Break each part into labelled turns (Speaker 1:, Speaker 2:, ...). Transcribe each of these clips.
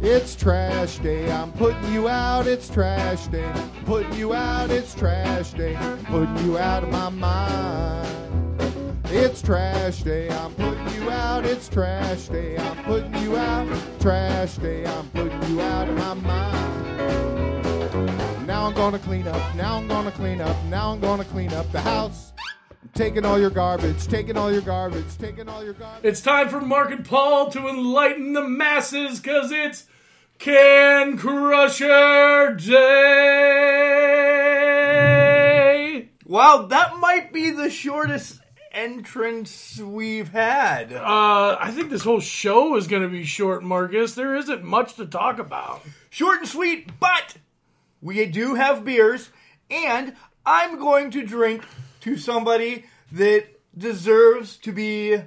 Speaker 1: It's trash day. I'm putting you out. It's trash day. Putting you out. It's trash day. Putting you out of my mind. It's trash day. I'm putting you out. It's trash day. I'm putting you out. Trash day. I'm putting you out of my mind. Now I'm gonna clean up. Now I'm gonna clean up. Now I'm gonna clean up the house. I'm taking all your garbage. Taking all your garbage. Taking all your garbage.
Speaker 2: It's time for Mark and Paul to enlighten the masses because it's Can Crusher Day.
Speaker 3: Wow, that might be the shortest entrance we've had.
Speaker 2: Uh, I think this whole show is going to be short, Marcus. There isn't much to talk about.
Speaker 3: Short and sweet, but we do have beers, and I'm going to drink to somebody that deserves to be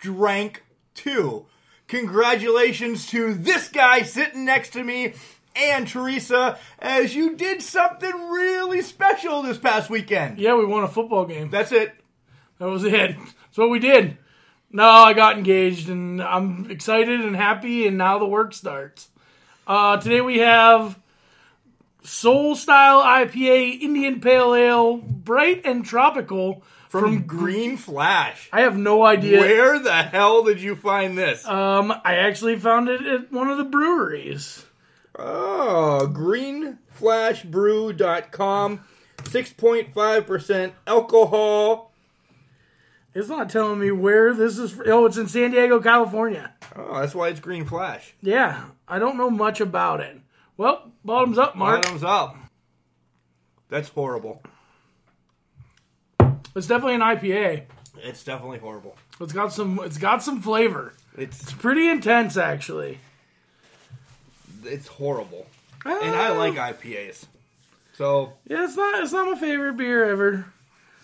Speaker 3: drank to. Congratulations to this guy sitting next to me and Teresa, as you did something really special this past weekend.
Speaker 2: Yeah, we won a football game.
Speaker 3: That's it.
Speaker 2: That was it. That's what we did. No, I got engaged, and I'm excited and happy, and now the work starts. Uh, today we have Soul Style IPA, Indian Pale Ale, bright and tropical
Speaker 3: from, from Green Flash.
Speaker 2: I have no idea
Speaker 3: where the hell did you find this.
Speaker 2: Um, I actually found it at one of the breweries.
Speaker 3: Oh, greenflashbrew.com. 6.5% alcohol.
Speaker 2: It's not telling me where this is. From. Oh, it's in San Diego, California.
Speaker 3: Oh, that's why it's Green Flash.
Speaker 2: Yeah, I don't know much about it. Well, bottoms up, Mark.
Speaker 3: Bottoms up. That's horrible.
Speaker 2: It's definitely an IPA.
Speaker 3: It's definitely horrible.
Speaker 2: It's got some. It's got some flavor.
Speaker 3: It's,
Speaker 2: it's pretty intense, actually.
Speaker 3: It's horrible, ah. and I like IPAs. So
Speaker 2: yeah, it's not. It's not my favorite beer ever.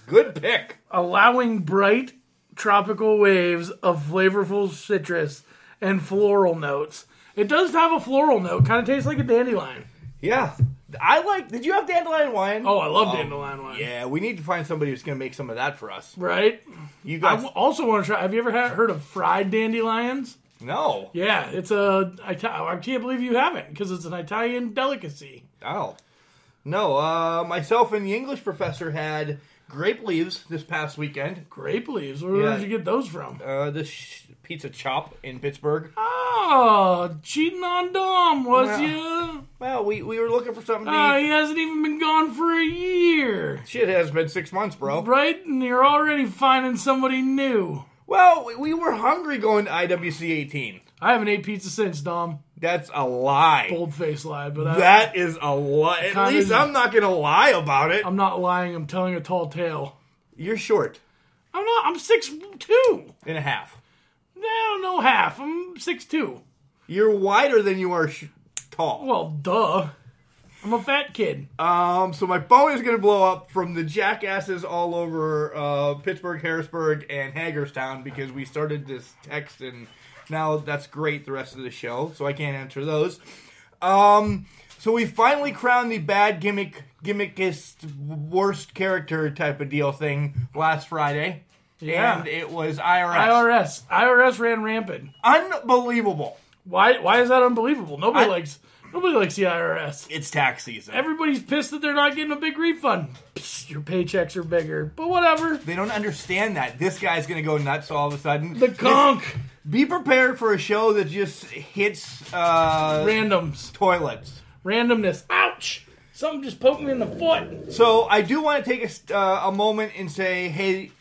Speaker 3: Good pick.
Speaker 2: Allowing bright tropical waves of flavorful citrus and floral notes. It does have a floral note. Kind of tastes like a dandelion.
Speaker 3: Yeah. I like. Did you have dandelion wine?
Speaker 2: Oh, I love um, dandelion wine.
Speaker 3: Yeah, we need to find somebody who's going to make some of that for us.
Speaker 2: Right.
Speaker 3: You guys
Speaker 2: I also want to try. Have you ever had, heard of fried dandelions?
Speaker 3: No.
Speaker 2: Yeah, it's a. I, I can't believe you haven't because it's an Italian delicacy.
Speaker 3: Oh. No. Uh, myself and the English professor had grape leaves this past weekend.
Speaker 2: Grape leaves? Where yeah. did you get those from?
Speaker 3: Uh, this sh- pizza chop in Pittsburgh.
Speaker 2: Oh, cheating on Dom, was well, you?
Speaker 3: Well, we, we were looking for something
Speaker 2: Oh, uh, he hasn't even been gone for a year.
Speaker 3: Shit has been six months, bro.
Speaker 2: Right? And you're already finding somebody new.
Speaker 3: Well, we, we were hungry going to IWC 18.
Speaker 2: I haven't ate pizza since, Dom.
Speaker 3: That's a lie.
Speaker 2: Bold face lie, but I,
Speaker 3: that is a lie. At least I'm not gonna lie about it.
Speaker 2: I'm not lying. I'm telling a tall tale.
Speaker 3: You're short.
Speaker 2: I'm not. I'm six two
Speaker 3: and a half.
Speaker 2: No, no half. I'm six two.
Speaker 3: You're wider than you are sh- tall.
Speaker 2: Well, duh. I'm a fat kid.
Speaker 3: Um, so my phone is gonna blow up from the jackasses all over uh, Pittsburgh, Harrisburg, and Hagerstown because we started this text and now that's great the rest of the show so i can't answer those um, so we finally crowned the bad gimmick gimmickest worst character type of deal thing last friday yeah. and it was irs
Speaker 2: irs irs ran rampant
Speaker 3: unbelievable
Speaker 2: why why is that unbelievable nobody I, likes Nobody likes the IRS.
Speaker 3: It's tax season.
Speaker 2: Everybody's pissed that they're not getting a big refund. Psst, your paychecks are bigger, but whatever.
Speaker 3: They don't understand that. This guy's going to go nuts all of a sudden.
Speaker 2: The conk. This,
Speaker 3: be prepared for a show that just hits uh,
Speaker 2: randoms,
Speaker 3: toilets,
Speaker 2: randomness. Ouch! Something just poked me in the foot.
Speaker 3: So I do want to take a, uh, a moment and say, hey,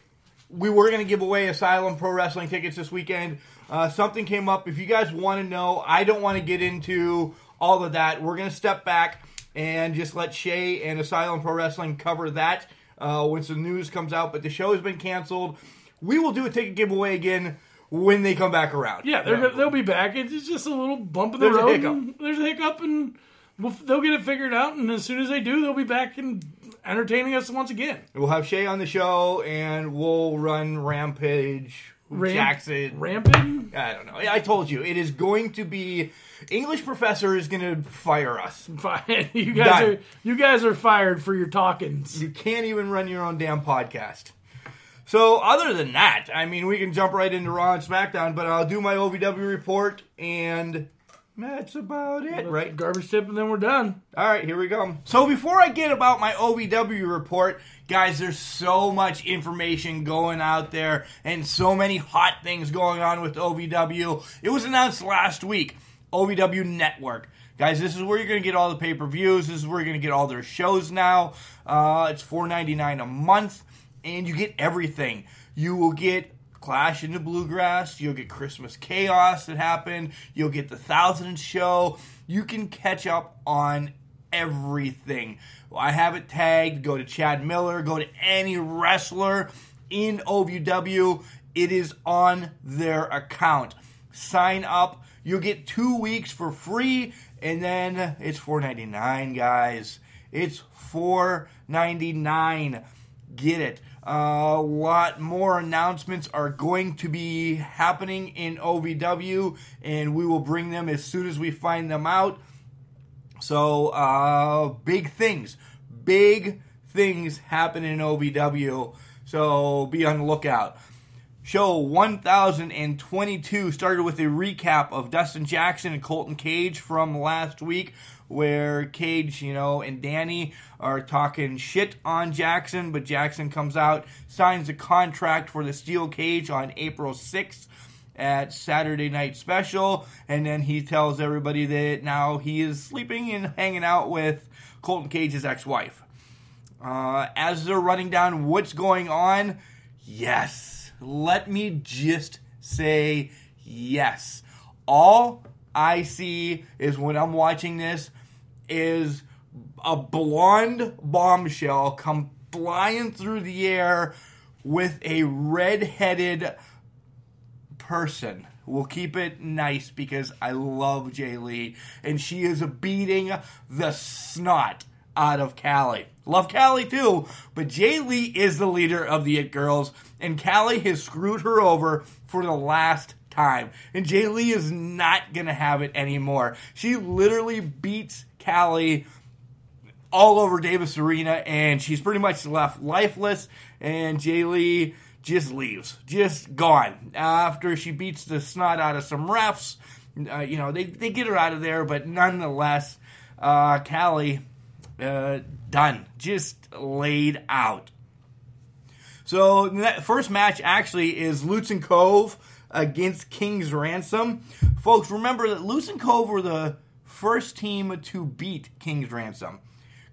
Speaker 3: we were going to give away Asylum Pro Wrestling tickets this weekend. Uh, something came up. If you guys want to know, I don't want to get into all of that. We're going to step back and just let Shay and Asylum Pro Wrestling cover that uh, when some news comes out. But the show has been canceled. We will do a ticket giveaway again when they come back around.
Speaker 2: Yeah, they will yeah. be back. It's just a little bump in the
Speaker 3: there's
Speaker 2: road.
Speaker 3: A hiccup.
Speaker 2: There's a hiccup, and we'll, they'll get it figured out. And as soon as they do, they'll be back and entertaining us once again.
Speaker 3: We'll have Shay on the show, and we'll run Rampage.
Speaker 2: Ramp-
Speaker 3: Jackson.
Speaker 2: Rampant?
Speaker 3: I don't know. I told you. It is going to be English professor is going to fire us.
Speaker 2: you guys Done. are you guys are fired for your talkings.
Speaker 3: You can't even run your own damn podcast. So, other than that, I mean, we can jump right into Raw and SmackDown, but I'll do my OVW report and That's about it, right?
Speaker 2: Garbage tip, and then we're done.
Speaker 3: All right, here we go. So before I get about my OVW report, guys, there's so much information going out there and so many hot things going on with OVW. It was announced last week, OVW Network. Guys, this is where you're going to get all the pay-per-views. This is where you're going to get all their shows now. Uh, it's $4.99 a month, and you get everything. You will get Clash into Bluegrass. You'll get Christmas Chaos that happened. You'll get the Thousand Show. You can catch up on everything. I have it tagged. Go to Chad Miller. Go to any wrestler in OVW. It is on their account. Sign up. You'll get two weeks for free, and then it's four ninety nine, guys. It's four ninety nine get it. a lot more announcements are going to be happening in OVW, and we will bring them as soon as we find them out. So, uh, big things, big things happen in OVW. So, be on the lookout. Show 1022 started with a recap of Dustin Jackson and Colton Cage from last week, where Cage, you know, and Danny are talking shit on Jackson, but Jackson comes out, signs a contract for the steel cage on April 6th at Saturday Night Special, and then he tells everybody that now he is sleeping and hanging out with Colton Cage's ex wife. Uh, as they're running down what's going on, yes. Let me just say yes. All I see is when I'm watching this is a blonde bombshell come flying through the air with a red-headed person. We'll keep it nice because I love Jay Lee, and she is beating the snot out of Callie. Love Callie too, but Jay Lee is the leader of the It Girls, and Callie has screwed her over for the last time. And Jay Lee is not gonna have it anymore. She literally beats Callie all over Davis Arena, and she's pretty much left lifeless. And Jay Lee just leaves, just gone. After she beats the snot out of some refs, uh, you know, they, they get her out of there, but nonetheless, uh, Callie, uh, done, just laid out. So that first match actually is Lutzen Cove against King's Ransom. Folks, remember that Lutzen Cove were the first team to beat King's Ransom.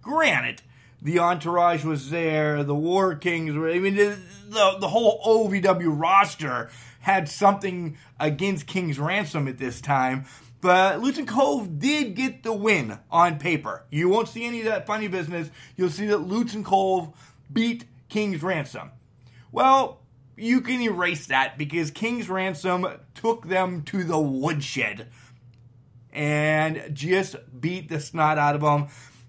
Speaker 3: Granted, the entourage was there, the War Kings were. I mean, the the, the whole OVW roster had something against King's Ransom at this time. But Luton Cove did get the win on paper. You won't see any of that funny business. You'll see that Luton Cove beat King's Ransom. Well, you can erase that because King's Ransom took them to the woodshed and just beat the snot out of them.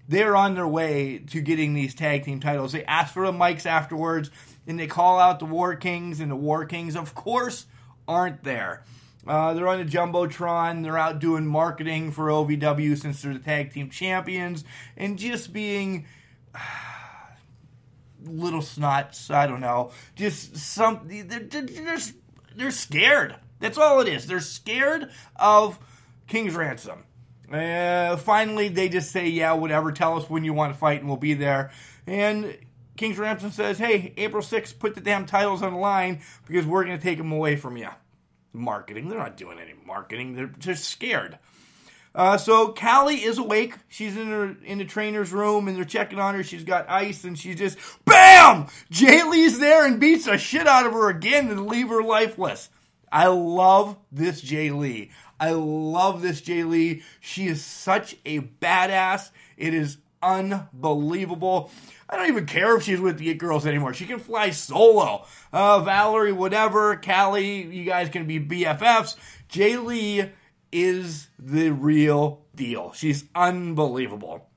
Speaker 3: They're on their way to getting these tag team titles. They ask for the mics afterwards, and they call out the War Kings, and the War Kings, of course, aren't there. Uh, they're on the Jumbotron. They're out doing marketing for OVW since they're the tag team champions and just being little snots. I don't know. Just some. They're, they're, they're, they're scared. That's all it is. They're scared of King's Ransom. Uh, finally, they just say, yeah, whatever. Tell us when you want to fight and we'll be there. And King's Ransom says, hey, April 6th, put the damn titles on the line because we're going to take them away from you. Marketing. They're not doing any marketing. They're just scared. Uh, so Callie is awake. She's in her in the trainer's room, and they're checking on her. She's got ice, and she's just bam. Jay Lee's there and beats the shit out of her again and leave her lifeless. I love this Jay Lee. I love this Jay Lee. She is such a badass. It is unbelievable. I don't even care if she's with the It Girls anymore. She can fly solo. Uh, Valerie, whatever. Callie, you guys can be BFFs. Jay Lee is the real deal. She's unbelievable.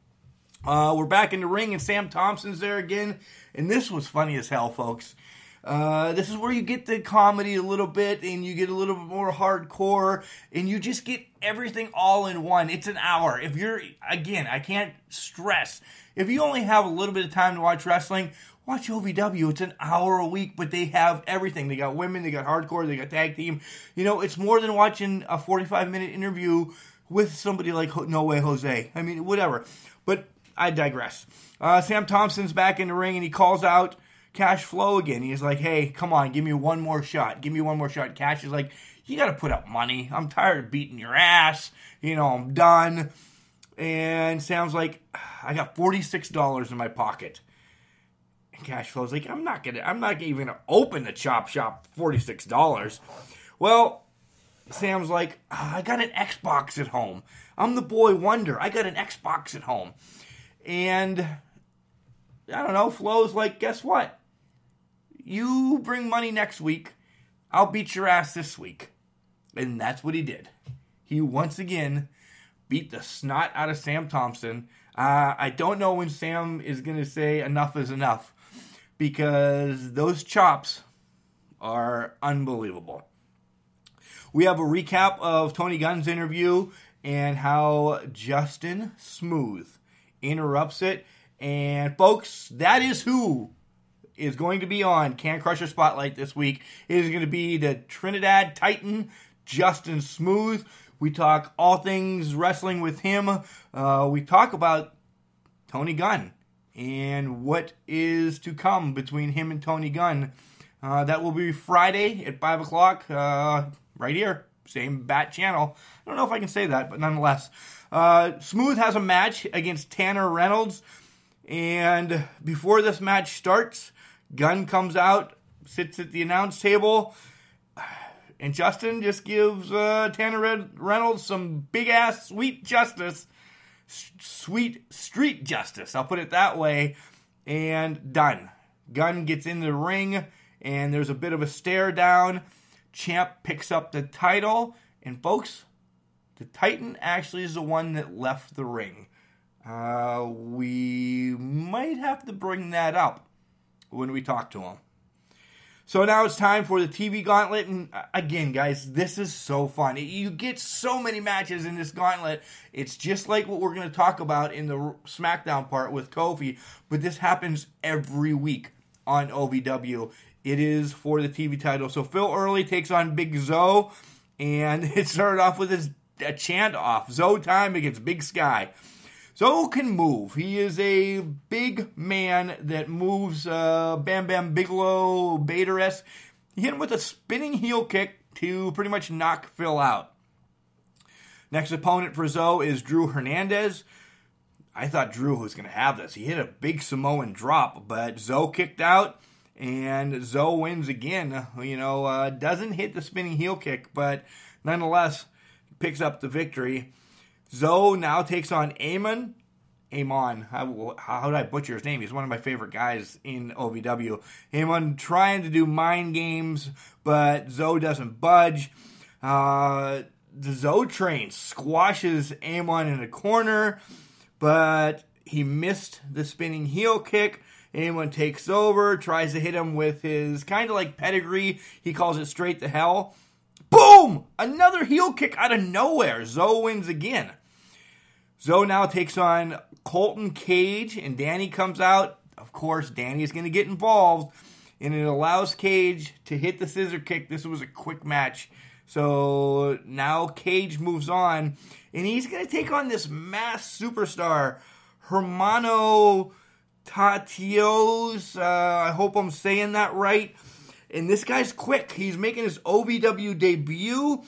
Speaker 3: Uh, we're back in the ring, and Sam Thompson's there again. And this was funny as hell, folks. Uh, this is where you get the comedy a little bit, and you get a little bit more hardcore, and you just get everything all in one. It's an hour. If you're, again, I can't stress, if you only have a little bit of time to watch wrestling, watch OVW. It's an hour a week, but they have everything. They got women, they got hardcore, they got tag team. You know, it's more than watching a 45 minute interview with somebody like Ho- No Way Jose. I mean, whatever. But I digress. Uh, Sam Thompson's back in the ring and he calls out Cash Flow again. He's like, hey, come on, give me one more shot. Give me one more shot. Cash is like, you got to put up money. I'm tired of beating your ass. You know, I'm done. And Sam's like, I got $46 in my pocket. And Cash Flow's like, I'm not gonna, I'm not even gonna open the chop shop for $46. Well, Sam's like, "Ah, I got an Xbox at home. I'm the boy wonder. I got an Xbox at home. And I don't know, Flo's like, guess what? You bring money next week. I'll beat your ass this week. And that's what he did. He once again beat the snot out of Sam Thompson. Uh, I don't know when Sam is going to say enough is enough because those chops are unbelievable. We have a recap of Tony Gunn's interview and how Justin Smooth interrupts it. And folks, that is who is going to be on Can Crusher Spotlight this week. It is going to be the Trinidad Titan, Justin Smooth. We talk all things wrestling with him. Uh, we talk about Tony Gunn and what is to come between him and Tony Gunn. Uh, that will be Friday at 5 o'clock, uh, right here, same bat channel. I don't know if I can say that, but nonetheless. Uh, Smooth has a match against Tanner Reynolds, and before this match starts, Gunn comes out, sits at the announce table, and Justin just gives uh, Tanner Red- Reynolds some big ass sweet justice sweet street justice. I'll put it that way. And done. Gunn gets in the ring, and there's a bit of a stare down. Champ picks up the title, and folks, the Titan actually is the one that left the ring. Uh, we might have to bring that up when we talk to him. So now it's time for the TV gauntlet, and uh, again, guys, this is so fun. You get so many matches in this gauntlet. It's just like what we're going to talk about in the R- SmackDown part with Kofi, but this happens every week on OVW. It is for the TV title. So Phil Early takes on Big Zoe, and it started off with his a chant off Zoe time against Big Sky. Zoe can move. He is a big man that moves uh, Bam Bam Bigelow, Bader esque. He hit him with a spinning heel kick to pretty much knock Phil out. Next opponent for Zoe is Drew Hernandez. I thought Drew was going to have this. He hit a big Samoan drop, but Zoe kicked out, and Zoe wins again. You know, uh, doesn't hit the spinning heel kick, but nonetheless picks up the victory. Zoe now takes on Amon. Amon, how, how did I butcher his name? He's one of my favorite guys in OVW. Amon trying to do mind games, but Zoe doesn't budge. Uh, the Zoe train squashes Amon in a corner, but he missed the spinning heel kick. Amon takes over, tries to hit him with his kind of like pedigree. He calls it straight to hell. Boom! Another heel kick out of nowhere. Zoe wins again. Zoe now takes on Colton Cage, and Danny comes out. Of course, Danny is going to get involved, and it allows Cage to hit the scissor kick. This was a quick match. So now Cage moves on, and he's going to take on this mass superstar, Hermano Tatios. Uh, I hope I'm saying that right. And this guy's quick. He's making his OVW debut.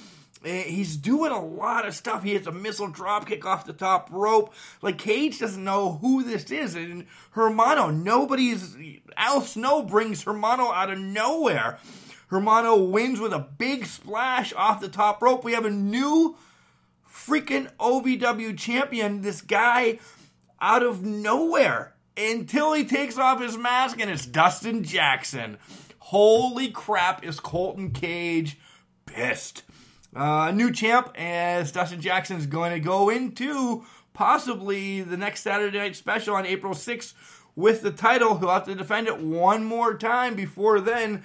Speaker 3: Eh, He's doing a lot of stuff. He hits a missile drop kick off the top rope. Like Cage doesn't know who this is, and Hermano. Nobody's Al Snow brings Hermano out of nowhere. Hermano wins with a big splash off the top rope. We have a new freaking OVW champion. This guy out of nowhere until he takes off his mask and it's Dustin Jackson. Holy crap, is Colton Cage pissed. Uh, new champ as Dustin Jackson's going to go into possibly the next Saturday night special on April 6th with the title. He'll have to defend it one more time before then.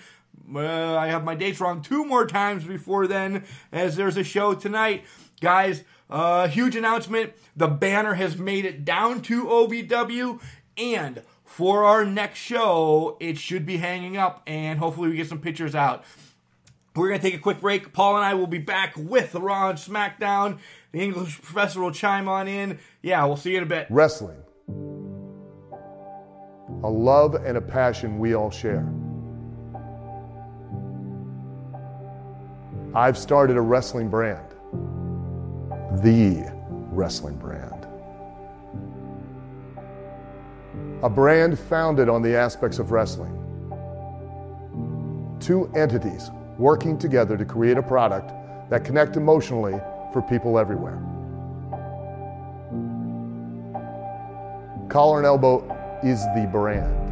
Speaker 3: Well, I have my dates wrong two more times before then, as there's a show tonight. Guys, uh, huge announcement. The banner has made it down to OVW, and for our next show, it should be hanging up, and hopefully, we get some pictures out. We're going to take a quick break. Paul and I will be back with the Raw and SmackDown. The English professor will chime on in. Yeah, we'll see you in a bit.
Speaker 4: Wrestling. A love and a passion we all share. I've started a wrestling brand. The wrestling brand. A brand founded on the aspects of wrestling. Two entities working together to create a product that connect emotionally for people everywhere. Collar and Elbow is the brand.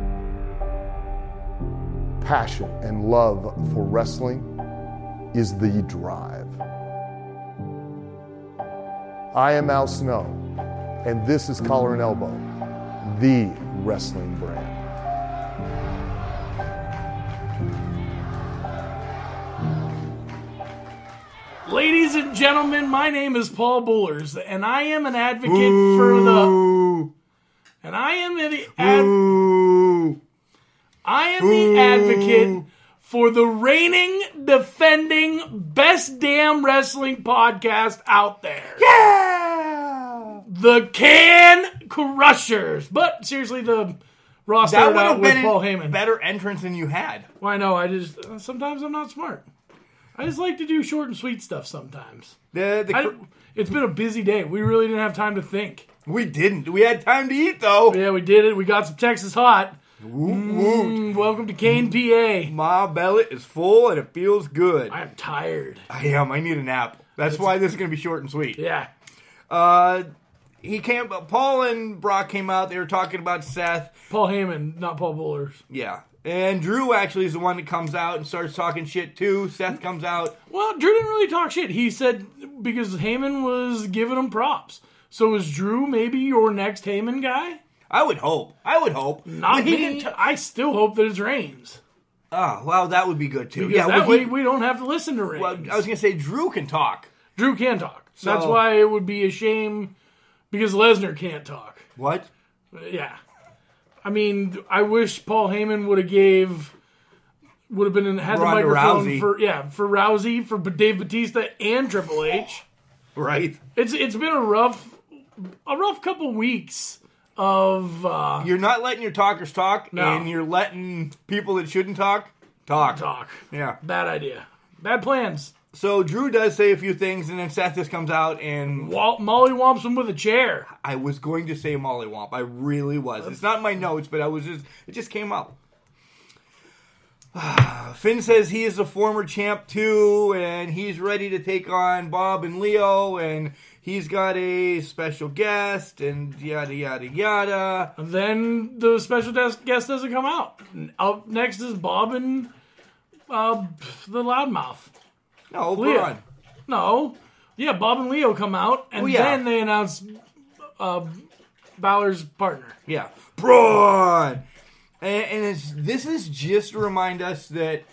Speaker 4: Passion and love for wrestling is the drive. I am Al Snow, and this is Collar and Elbow, the wrestling brand.
Speaker 2: Ladies and gentlemen, my name is Paul Bullers, and I am an advocate for the.
Speaker 3: Ooh.
Speaker 2: And I am an ad,
Speaker 3: Ooh.
Speaker 2: I am the advocate for the reigning, defending, best damn wrestling podcast out there.
Speaker 3: Yeah!
Speaker 2: The Can Crushers. But seriously, the Raw
Speaker 3: That
Speaker 2: started
Speaker 3: would
Speaker 2: out
Speaker 3: have
Speaker 2: with
Speaker 3: been
Speaker 2: Paul
Speaker 3: a
Speaker 2: Heyman.
Speaker 3: better entrance than you had.
Speaker 2: Well, I know. I just uh, sometimes I'm not smart. I just like to do short and sweet stuff sometimes.
Speaker 3: The, the,
Speaker 2: I, it's been a busy day. We really didn't have time to think.
Speaker 3: we didn't. We had time to eat, though.
Speaker 2: Yeah, we did it. We got some Texas hot. Mm, welcome to Kane, PA.
Speaker 3: My belly is full and it feels good. I,
Speaker 2: I'm tired.
Speaker 3: am. I need a nap. That's why this is going to be short and sweet.
Speaker 2: Yeah,
Speaker 3: Uh, he came. Paul and Brock came out. They were talking about Seth.
Speaker 2: Paul Heyman, not Paul Bullers.
Speaker 3: Yeah. And Drew actually is the one that comes out and starts talking shit too. Seth comes out.
Speaker 2: Well, Drew didn't really talk shit. He said because Heyman was giving him props. So is Drew maybe your next Heyman guy?
Speaker 3: I would hope. I would hope.
Speaker 2: Not
Speaker 3: But he
Speaker 2: me.
Speaker 3: didn't t-
Speaker 2: I still hope that it's Reigns.
Speaker 3: oh, wow, that would be good too.
Speaker 2: Because
Speaker 3: Yeah,
Speaker 2: that
Speaker 3: would
Speaker 2: way
Speaker 3: he-
Speaker 2: we don't have to listen to Reigns.
Speaker 3: well, I was gonna say Drew can talk.
Speaker 2: Drew can talk. That's
Speaker 3: So-
Speaker 2: why it would be a shame because Lesnar can't talk.
Speaker 3: What?
Speaker 2: Yeah. I mean, I wish Paul Heyman would have gave would have been in, had
Speaker 3: Ronda
Speaker 2: the microphone
Speaker 3: Rousey.
Speaker 2: for yeah, for Rousey, for Dave Batista and Triple H.
Speaker 3: Right.
Speaker 2: It's it's been a rough a rough couple weeks of uh,
Speaker 3: You're not letting your talkers talk,
Speaker 2: No.
Speaker 3: and you're letting people that shouldn't talk talk.
Speaker 2: talk.
Speaker 3: Yeah.
Speaker 2: Bad idea. Bad plans.
Speaker 3: So Drew does say a few things, and then Seth just comes out and
Speaker 2: Wall- Molly whomps him with a chair.
Speaker 3: I was going to say Molly Womp. I really was. It's not in my notes, but I was just it just came up. Finn says he is a former champ too, and he's ready to take on Bob and Leo, and he's got a special guest, and yada yada yada.
Speaker 2: And then the special des- guest doesn't come out. And Up next is Bob and uh, the loudmouth.
Speaker 3: No,
Speaker 2: Leo.
Speaker 3: Braun.
Speaker 2: No. Yeah, Bob and Leo come out, and
Speaker 3: Oh, yeah.
Speaker 2: then they announce uh, Balor's partner.
Speaker 3: Yeah, Braun. And, and it's, this is just to remind us that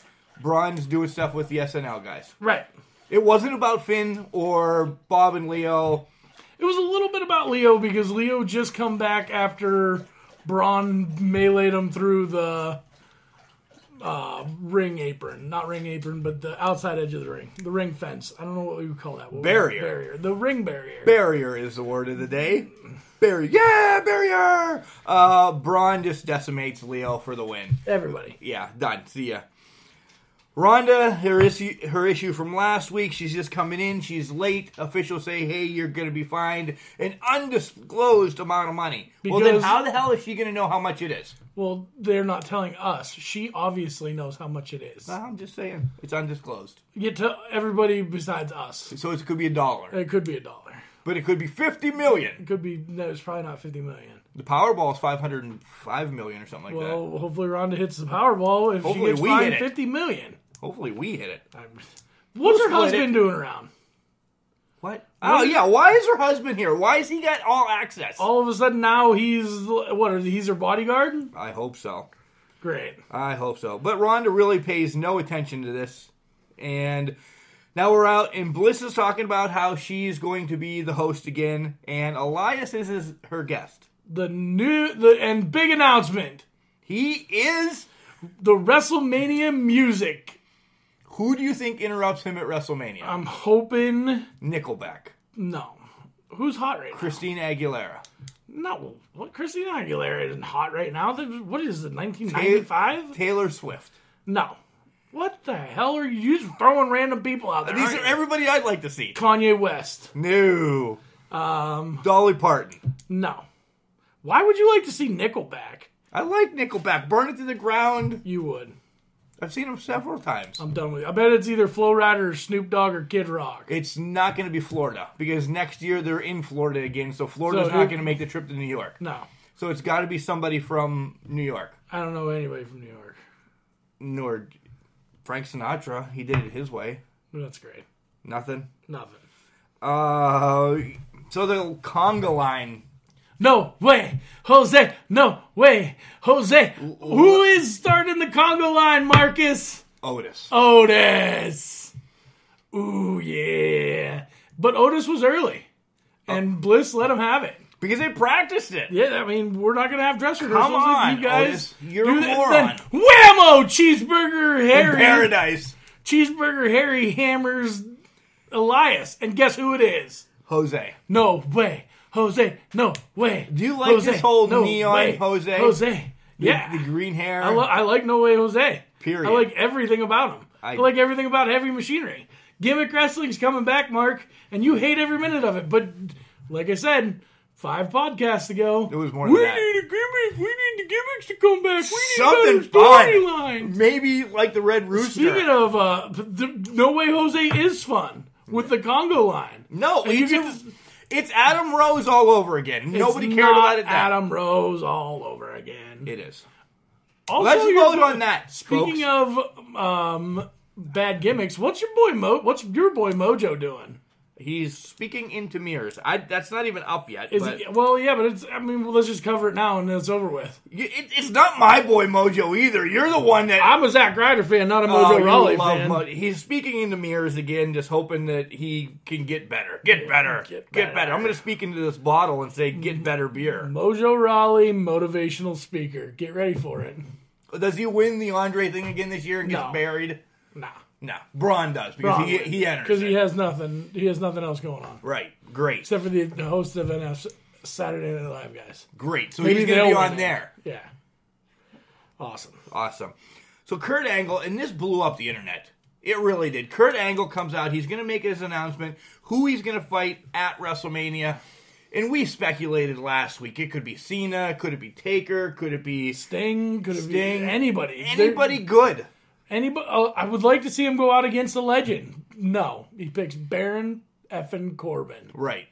Speaker 3: Braun's doing stuff with the SNL guys.
Speaker 2: Right.
Speaker 3: It wasn't about Finn or Bob and Leo.
Speaker 2: It was a little bit about Leo because Leo just come back after Braun meleeed him through the uh, ring apron. Not ring apron, but the outside edge of the ring. The ring fence. I don't know what we would call that. What would-
Speaker 3: Barrier.
Speaker 2: Barrier. The ring barrier.
Speaker 3: Barrier is the word of the day. Barrier. Yeah, barrier! Uh, Braun just decimates Leo for the win.
Speaker 2: Everybody.
Speaker 3: Yeah, done. See ya. Rhonda, her issue, her issue from last week, she's just coming in. She's late. Officials say, hey, you're going to be fined an undisclosed amount of money. well, then
Speaker 2: Because-
Speaker 3: how the hell is she going to know how much it is?
Speaker 2: Well, they're not telling us. She obviously knows how much it is.
Speaker 3: I'm just saying. It's undisclosed.
Speaker 2: Get to everybody besides us.
Speaker 3: So it could be a dollar,
Speaker 2: It could be a dollar.
Speaker 3: but it could be 50 million.
Speaker 2: It could be. No, it's probably not fifty million.
Speaker 3: The Powerball is 505 million or something like that.
Speaker 2: Well, hopefully Rhonda hits the Powerball. If
Speaker 3: Hopefully
Speaker 2: she gets
Speaker 3: we
Speaker 2: fined
Speaker 3: hit it.
Speaker 2: fifty million,
Speaker 3: Hopefully we hit it.
Speaker 2: I'm- what's her
Speaker 3: split it.
Speaker 2: husband doing around?
Speaker 3: What? Oh yeah, why is her husband here? Why has he got all access?
Speaker 2: All of a sudden now he's what? Are, he's her bodyguard.
Speaker 3: I hope so.
Speaker 2: Great.
Speaker 3: I hope so. But Rhonda really pays no attention to this. And now we're out, and Bliss is talking about how she's going to be the host again, and Elias is his, her guest.
Speaker 2: The new the and big announcement:
Speaker 3: He is
Speaker 2: the WrestleMania music
Speaker 3: Who do you think interrupts him at WrestleMania?
Speaker 2: I'm hoping
Speaker 3: Nickelback.
Speaker 2: no. Who's hot right now?
Speaker 3: Christina Aguilera.
Speaker 2: No, what Christina Aguilera isn't hot right now. This- What is it, 1995?
Speaker 3: Taylor Swift.
Speaker 2: No. What the hell are you, you just throwing random people out there?
Speaker 3: These
Speaker 2: aren't
Speaker 3: are everybody I'd like to see.
Speaker 2: you? Kanye West.
Speaker 3: No. Um, Dolly Parton.
Speaker 2: No. Why would you like to see Nickelback?
Speaker 3: I like Nickelback. Burn it to the ground.
Speaker 2: You would.
Speaker 3: I've seen them several times.
Speaker 2: I'm done with it. I bet it's either Flo Rida or Snoop Dogg or Kid Rock.
Speaker 3: It's not going to be Florida because next year they're in Florida again, so Florida's
Speaker 2: So
Speaker 3: not
Speaker 2: who-
Speaker 3: going to make the trip to New York.
Speaker 2: No.
Speaker 3: So it's got to be somebody from New York.
Speaker 2: I don't know anybody from New York.
Speaker 3: Nor Frank Sinatra. He did it his way.
Speaker 2: That's great.
Speaker 3: Nothing.
Speaker 2: Nothing.
Speaker 3: Uh, so the conga line.
Speaker 2: No way, Jose. No way, Jose. Who is starting the Congo line, Marcus?
Speaker 3: Otis.
Speaker 2: Oh. Otis. Ooh yeah. But Otis was early, and Bliss let him have it.
Speaker 3: Because they practiced it.
Speaker 2: Yeah, I mean we're not gonna have dress rehearsals if
Speaker 3: on,
Speaker 2: you guys.
Speaker 3: Otis. You're
Speaker 2: do
Speaker 3: a
Speaker 2: that.
Speaker 3: moron.
Speaker 2: Then whammo! Cheeseburger Harry.
Speaker 3: Paradise.
Speaker 2: Cheeseburger Harry hammers Elias, and guess who it is?
Speaker 3: Jose.
Speaker 2: No way, Jose. No way. Do
Speaker 3: you like this whole neon Jose?
Speaker 2: Jose. Yeah,
Speaker 3: The green hair.
Speaker 2: I, lo- I like No Way Jose.
Speaker 3: Period.
Speaker 2: I like everything about him. I,
Speaker 3: I-
Speaker 2: like everything about Heavy Machinery. Gimmick wrestling's coming back, Mark, and you hate every minute of it. But like I said, five podcasts ago, it
Speaker 3: was more
Speaker 2: We
Speaker 3: than that.
Speaker 2: need a gimmick. We need the gimmicks to come back. We
Speaker 3: Something
Speaker 2: need better
Speaker 3: fun.
Speaker 2: storyline.
Speaker 3: Maybe like the Red Rooster.
Speaker 2: Speaking of uh, the, No Way Jose is fun with the Congo line.
Speaker 3: no,
Speaker 2: And you
Speaker 3: it's,
Speaker 2: get-
Speaker 3: it's, it's Adam Rose all over again. Nobody
Speaker 2: It's
Speaker 3: cared
Speaker 2: not
Speaker 3: about it. then.
Speaker 2: Adam Rose all over again.
Speaker 3: It is.
Speaker 2: Also,
Speaker 3: Let's
Speaker 2: your
Speaker 3: vote
Speaker 2: boy-
Speaker 3: on that,
Speaker 2: Speaking of um, bad gimmicks, what's your boy Mo? What's your boy Mojo doing?
Speaker 3: He's speaking into mirrors. I that's not even up yet.
Speaker 2: Is
Speaker 3: but
Speaker 2: it, well, yeah, but it's. I mean, well, let's just cover it now and it's over with.
Speaker 3: Y- it- it's not my boy Mojo either. You're the one that
Speaker 2: I'm a Zack Ryder fan, not a
Speaker 3: Oh,
Speaker 2: Mojo
Speaker 3: you
Speaker 2: Rawley
Speaker 3: love
Speaker 2: fan.
Speaker 3: Mo- He's speaking into mirrors again, just hoping that he can get better, get better,
Speaker 2: get
Speaker 3: get better.
Speaker 2: better. Mm-hmm.
Speaker 3: I'm going to speak into this bottle and say, get better beer.
Speaker 2: Mojo Rawley, motivational speaker. Get ready for it.
Speaker 3: Does he win the Andre thing again this year and gets
Speaker 2: No.
Speaker 3: buried?
Speaker 2: Nah,
Speaker 3: No, Braun does because he he enters
Speaker 2: because he
Speaker 3: it.
Speaker 2: has nothing. He has nothing else going on
Speaker 3: right. Great,
Speaker 2: except for the, the host of NF Saturday Night Live guys.
Speaker 3: great. So
Speaker 2: Maybe
Speaker 3: he's going to
Speaker 2: they'll
Speaker 3: be
Speaker 2: win
Speaker 3: on
Speaker 2: it.
Speaker 3: there.
Speaker 2: Yeah, awesome.
Speaker 3: Awesome. So Kurt Angle, and this blew up the internet. It really did. Kurt Angle comes out. He's going to make his announcement who he's going to fight at WrestleMania. And we speculated last week. It could be Cena. Could it be Taker? Could it be
Speaker 2: Sting could have
Speaker 3: Sting?
Speaker 2: been anybody. They're-
Speaker 3: Anybody good?
Speaker 2: Anybody? Uh, I would like to see him go out against a legend. No, he picks Baron effing Corbin.
Speaker 3: Right.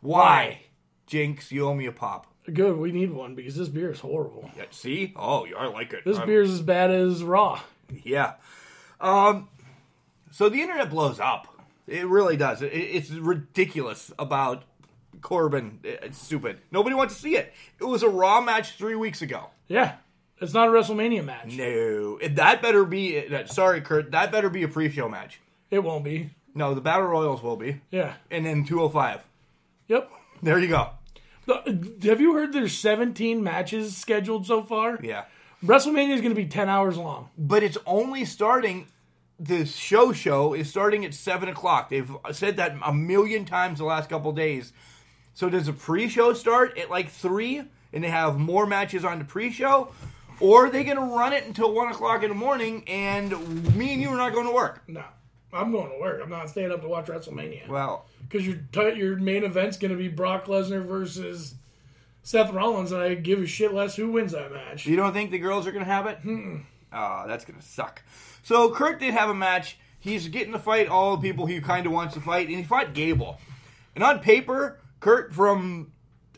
Speaker 3: Why? Jinx, you owe me a pop.
Speaker 2: Good, we need one because this beer is horrible.
Speaker 3: Yeah, see? Oh, I like it.
Speaker 2: This
Speaker 3: I'm-
Speaker 2: beer is as bad as Raw.
Speaker 3: Yeah. Um, so the internet blows up. It really does. It, it's ridiculous about Corbin. It- It's stupid. Nobody wants to see it. It was a Raw match three weeks ago.
Speaker 2: Yeah, it's not a WrestleMania match.
Speaker 3: No, it- that better be. that- Sorry, Kurt. That better be a pre-show match.
Speaker 2: It won't be.
Speaker 3: No, the Battle Royals will be,
Speaker 2: Yeah.
Speaker 3: and then 205.
Speaker 2: Yep.
Speaker 3: There you go.
Speaker 2: The- Have you heard there's 17 matches scheduled so far?
Speaker 3: Yeah,
Speaker 2: WrestleMania is going to be 10 hours long.
Speaker 3: but it's only starting. The show show is starting at seven o'clock. They've said that a million times the last couple days. So does the pre-show start at like three, and they have more matches on the pre-show, or are they going to run it until one o'clock in the morning? And me and you are not going to work.
Speaker 2: No. I'm going to work. I'm not staying up to watch WrestleMania.
Speaker 3: Well,
Speaker 2: because your t- your main event's going to be Brock Lesnar versus Seth Rollins, and I give a shit less who wins that match.
Speaker 3: you don't think the girls are going to have it? Hmm. Oh, that's going to suck. So Kirk did have a match. He's getting to fight all the people he kind of wants to fight, and he fought Gable. And on paper, Kurt from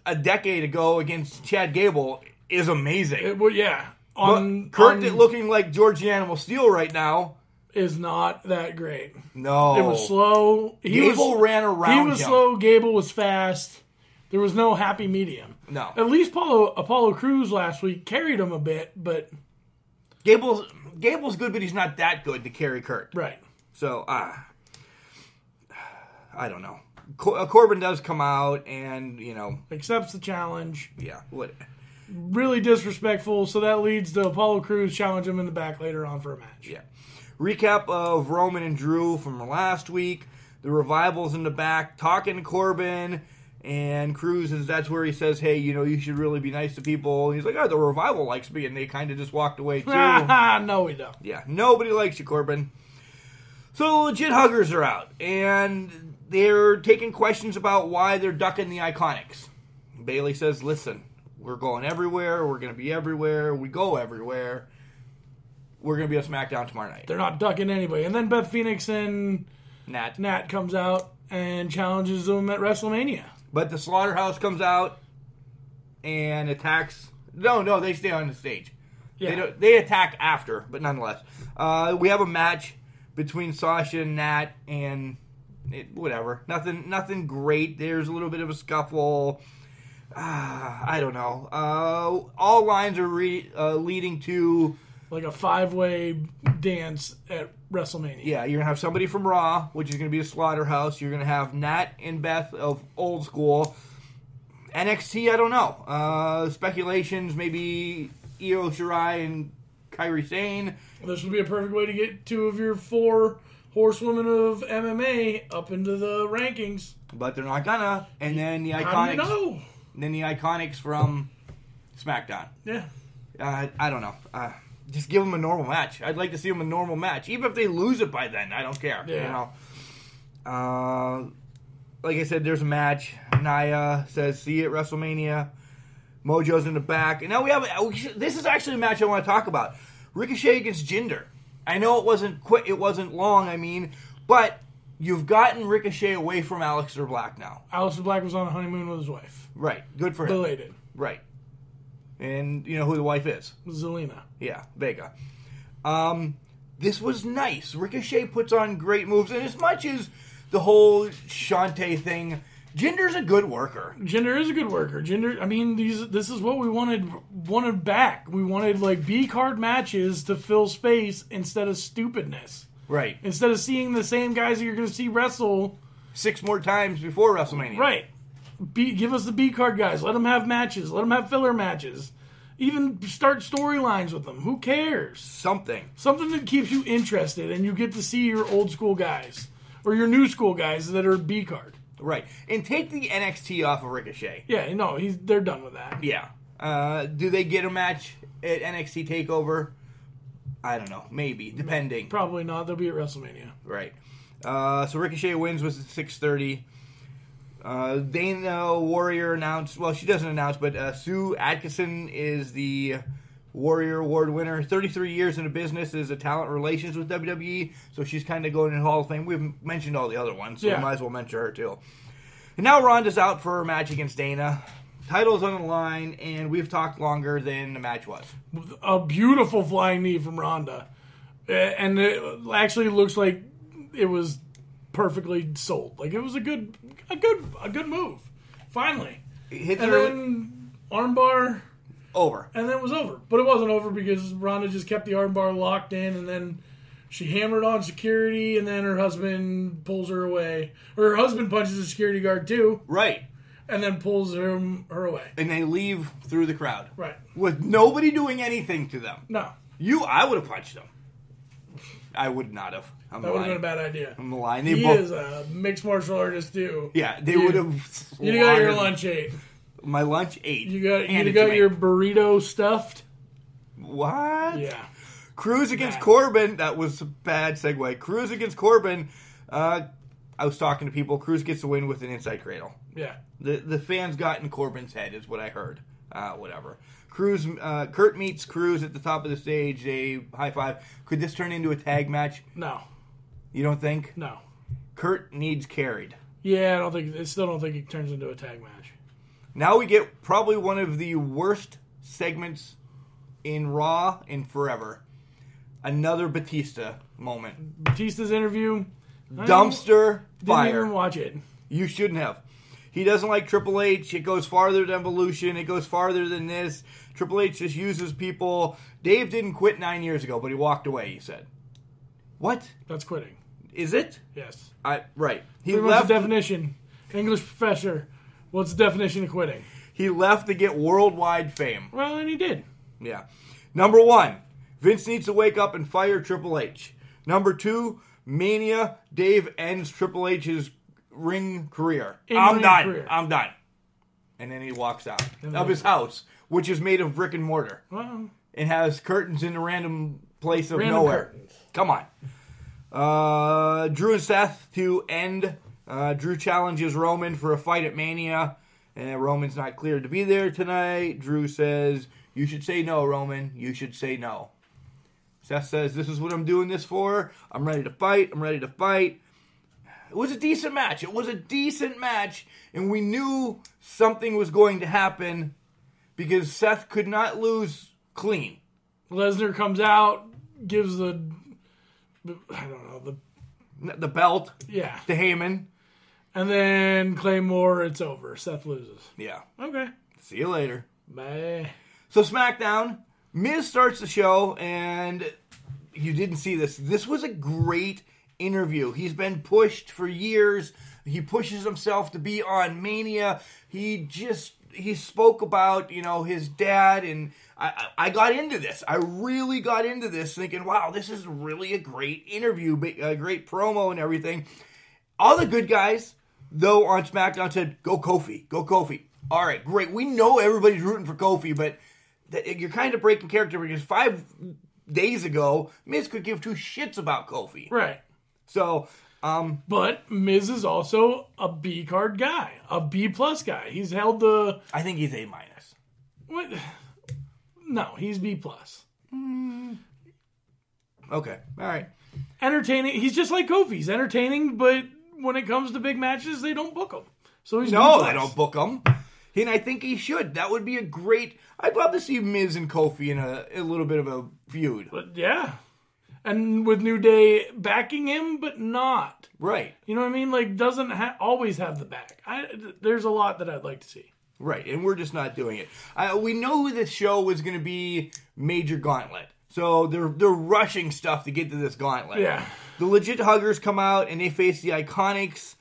Speaker 3: a decade ago against Chad Gable is amazing.
Speaker 2: It- well, yeah,
Speaker 3: But
Speaker 2: on
Speaker 3: Kurt
Speaker 2: on-
Speaker 3: that looking like George the Animal Steel right now.
Speaker 2: is not that great.
Speaker 3: No,
Speaker 2: It was slow. He
Speaker 3: Gable
Speaker 2: was,
Speaker 3: ran around
Speaker 2: He was
Speaker 3: him.
Speaker 2: slow. Gable was fast. There was no happy medium.
Speaker 3: No.
Speaker 2: At least Apollo Apollo Cruz last week carried him a bit, but
Speaker 3: Gable's Gable's good, but he's not that good to carry Kurt.
Speaker 2: right.
Speaker 3: So ah, I don't know. Cor- uh, Corbin does come out, and you know,
Speaker 2: Accepts the challenge.
Speaker 3: yeah, what?
Speaker 2: Really disrespectful. So that leads to Apollo Cruz challenge him in the back later on for a match.
Speaker 3: Yeah. recap of Roman and Drew from last week. The revivals in the back talking to Corbin and Cruz is that's where he says, "Hey, you know, you should really be nice to people." And he's like, "Oh, the revival likes me," and they kind of just walked away too.
Speaker 2: Ah, no, we don't.
Speaker 3: yeah, nobody likes you, Corbin. So the legit huggers are out, and they're taking questions about why they're ducking the iconics. Bailey says, "Listen, we're going everywhere. We're going to be everywhere. We go everywhere. We're going to be on SmackDown tomorrow night."
Speaker 2: They're not ducking anybody. And then Beth Phoenix and
Speaker 3: Nat.
Speaker 2: Nat comes out and challenges them at WrestleMania.
Speaker 3: But the slaughterhouse comes out and attacks. No, no, they stay on the stage.
Speaker 2: Yeah.
Speaker 3: They, don't, they attack after, but nonetheless, uh, we have a match between Sasha and Nat, and it, whatever. Nothing, nothing great. There's a little bit of a scuffle. Ah, I don't know. Uh, all lines are re, uh, leading to
Speaker 2: Like a five way dance at WrestleMania.
Speaker 3: yeah. You're gonna have somebody from Raw, which is gonna be a slaughterhouse. You're gonna have Nat and Beth of old school. NXT, I don't know. Uh, speculations, maybe Io Shirai and Kyrie Sane.
Speaker 2: This would be a perfect way to get two of your four horsewomen of MMA up into the rankings.
Speaker 3: but they're not gonna. And then the
Speaker 2: How do
Speaker 3: iconics,
Speaker 2: you know?
Speaker 3: then the iconics from SmackDown.
Speaker 2: Yeah.
Speaker 3: Uh, I don't know. Uh, just give them a normal match. I'd like to see them a normal match, even if they lose it by then. I don't care.
Speaker 2: Yeah.
Speaker 3: You know. Uh, like I said, there's a match. Naya says, "See you at WrestleMania." Mojo's in the back, and now we have. A, we should- this is actually a match I want to talk about: Ricochet against Jinder. I know it wasn't quick. It wasn't long. I mean, but you've gotten Ricochet away from Aleister Black now.
Speaker 2: Alistair Black was on a honeymoon with his wife.
Speaker 3: Right. Good for him.
Speaker 2: Related.
Speaker 3: Right. And you know who the wife is.
Speaker 2: Zelina.
Speaker 3: Yeah, Vega. Um, this was nice. Ricochet puts on great moves, and as much as the whole Shantae thing, Jinder's a good worker.
Speaker 2: Gender is a good worker. Gender, I mean, these this is what we wanted wanted back. We wanted like B card matches to fill space instead of stupidness.
Speaker 3: Right.
Speaker 2: Instead of seeing the same guys that you're going to see wrestle,
Speaker 3: Six more times before WrestleMania.
Speaker 2: right? B, give us the B card guys. Let them have matches. Let them have filler matches. Even start storylines with them. Who cares?
Speaker 3: Something.
Speaker 2: Something that keeps you interested and you get to see your old school guys or your new school guys that are B card.
Speaker 3: Right. And take the NXT off of Ricochet.
Speaker 2: Yeah, no, he's they're done with that.
Speaker 3: Yeah. Uh, do they get a match at NXT Takeover? I don't know. Maybe, depending.
Speaker 2: Probably not. They'll be at WrestleMania.
Speaker 3: Right. Uh, so Ricochet wins was at six thirty. Uh, Dana Warrior announced. Well, she doesn't announce, but uh, Sue Atkinson is the Warrior Award winner. Thirty-three years in the business is a talent relations with WWE, so she's kind of going in the Hall of Fame. We've mentioned all the other ones, so
Speaker 2: Yeah.
Speaker 3: we might as well mention her too. And now Ronda's out for her match against Dana. Title's on the line, and we've talked longer than the match was.
Speaker 2: a beautiful flying knee from Ronda, Uh, and it actually looks like it was perfectly sold. Like it was a good, a good, a good move. Finally,
Speaker 3: Hits
Speaker 2: and
Speaker 3: her
Speaker 2: then armbar,
Speaker 3: over.
Speaker 2: and then it was over. But it wasn't over because Ronda just kept the armbar locked in, and then she hammered on security, and then her husband pulls her away, or her husband punches the security guard too,
Speaker 3: Right.
Speaker 2: and then pulls him her away.
Speaker 3: And they leave through the crowd.
Speaker 2: Right?
Speaker 3: with nobody doing anything to them.
Speaker 2: No,
Speaker 3: You, I would have punched them. I would not have. I'm
Speaker 2: that would have
Speaker 3: lying.
Speaker 2: been a bad idea.
Speaker 3: I'm lying. They
Speaker 2: He
Speaker 3: both.
Speaker 2: is a mixed martial artist too.
Speaker 3: yeah, they
Speaker 2: You-
Speaker 3: would have.
Speaker 2: You got your
Speaker 3: slaughtered-
Speaker 2: lunch ate.
Speaker 3: My lunch ate.
Speaker 2: You got
Speaker 3: handed
Speaker 2: you
Speaker 3: to
Speaker 2: got
Speaker 3: me.
Speaker 2: your burrito stuffed.
Speaker 3: what?
Speaker 2: Yeah.
Speaker 3: Cruz against
Speaker 2: Bad.
Speaker 3: Corbin. That was a bad segue. Cruz against Corbin. Uh, I was talking to people. Cruz gets the win with an inside cradle.
Speaker 2: Yeah.
Speaker 3: The the fans got in Corbin's head is what I heard. Uh, whatever. Cruz, uh, Kurt meets Cruz at the top of the stage. They high five. Could this turn into a tag match?
Speaker 2: No.
Speaker 3: You don't think?
Speaker 2: No.
Speaker 3: Kurt needs carried.
Speaker 2: Yeah, I don't think I still don't think it turns into a tag match.
Speaker 3: Now we get probably one of the worst segments in Raw in forever. Another Batista moment.
Speaker 2: Batista's interview. I
Speaker 3: Dumpster
Speaker 2: Didn't even
Speaker 3: fire.
Speaker 2: watch it.
Speaker 3: You shouldn't have. He doesn't like Triple H. It goes farther than evolution. It goes farther than this. Triple H just uses people. Dave didn't quit nine years ago, but he walked away. He said, "What
Speaker 2: That's quitting.
Speaker 3: is it?"
Speaker 2: Yes.
Speaker 3: I right. He
Speaker 2: Pretty much
Speaker 3: left.
Speaker 2: the definition. English professor. What's the definition of quitting?
Speaker 3: he left to get worldwide fame.
Speaker 2: Well, and he did.
Speaker 3: Yeah. Number one, Vince needs to wake up and fire Triple H. Number two, Mania. Dave ends Triple H's ring career.
Speaker 2: In
Speaker 3: I'm
Speaker 2: ring
Speaker 3: done.
Speaker 2: career.
Speaker 3: I'm done. And then he walks out of his house, which is made of brick and mortar,
Speaker 2: Well,
Speaker 3: and has curtains in a random place of
Speaker 2: Random
Speaker 3: nowhere.
Speaker 2: curtains.
Speaker 3: Come on. Uh, Drew and Seth to end. Uh, Drew challenges Roman for a fight at Mania, and Roman's not cleared to be there tonight. Drew says, "You should say no, Roman. You should say no." Seth says, "This is what I'm doing this for. I'm ready to fight. I'm ready to fight." It was a decent match. It was a decent match, and we knew something was going to happen because Seth could not lose clean.
Speaker 2: Lesnar comes out, gives the I don't know the
Speaker 3: The belt
Speaker 2: yeah,
Speaker 3: to Heyman.
Speaker 2: and then Claymore. It's over. Seth loses.
Speaker 3: Yeah.
Speaker 2: Okay,
Speaker 3: See you later.
Speaker 2: bye.
Speaker 3: So SmackDown, Miz starts the show, and you didn't see this. This was a great interview. He's been pushed for years. He pushes himself to be on Mania. He just he spoke about you know his dad, and I I I got into this. I really got into this, thinking, wow, this is really a great interview, bi- a great promo, and everything. All the good guys, though, on SmackDown said, "Go Kofi, go Kofi." All right, great. We know everybody's rooting for Kofi, but th- you're kind of breaking character because five days ago, Miz could give two shits about Kofi.
Speaker 2: Right,
Speaker 3: So, um,
Speaker 2: but Miz is also a B card guy, a B plus guy. He's held the
Speaker 3: I think he's a minus.
Speaker 2: what? No, he's B plus.
Speaker 3: Okay, all right.
Speaker 2: Entertaining. He's just like Kofi. He's entertaining, but when it comes to big matches, they don't book him. So he's
Speaker 3: No,
Speaker 2: B+.
Speaker 3: they don't book him. And I think he should. That would be a great. I'd love to see Miz and Kofi in a, a little bit of a feud.
Speaker 2: But yeah. And with New Day backing him, but not.
Speaker 3: Right,
Speaker 2: You know what I mean? Like doesn't ha- always have the back. I th- there's a lot that I'd like to see.
Speaker 3: right. And we're just not doing it. I, we know this show was going to be major gauntlet. So they're they're rushing stuff to get to this gauntlet.
Speaker 2: Yeah,
Speaker 3: The legit huggers come out and they face the Iconics.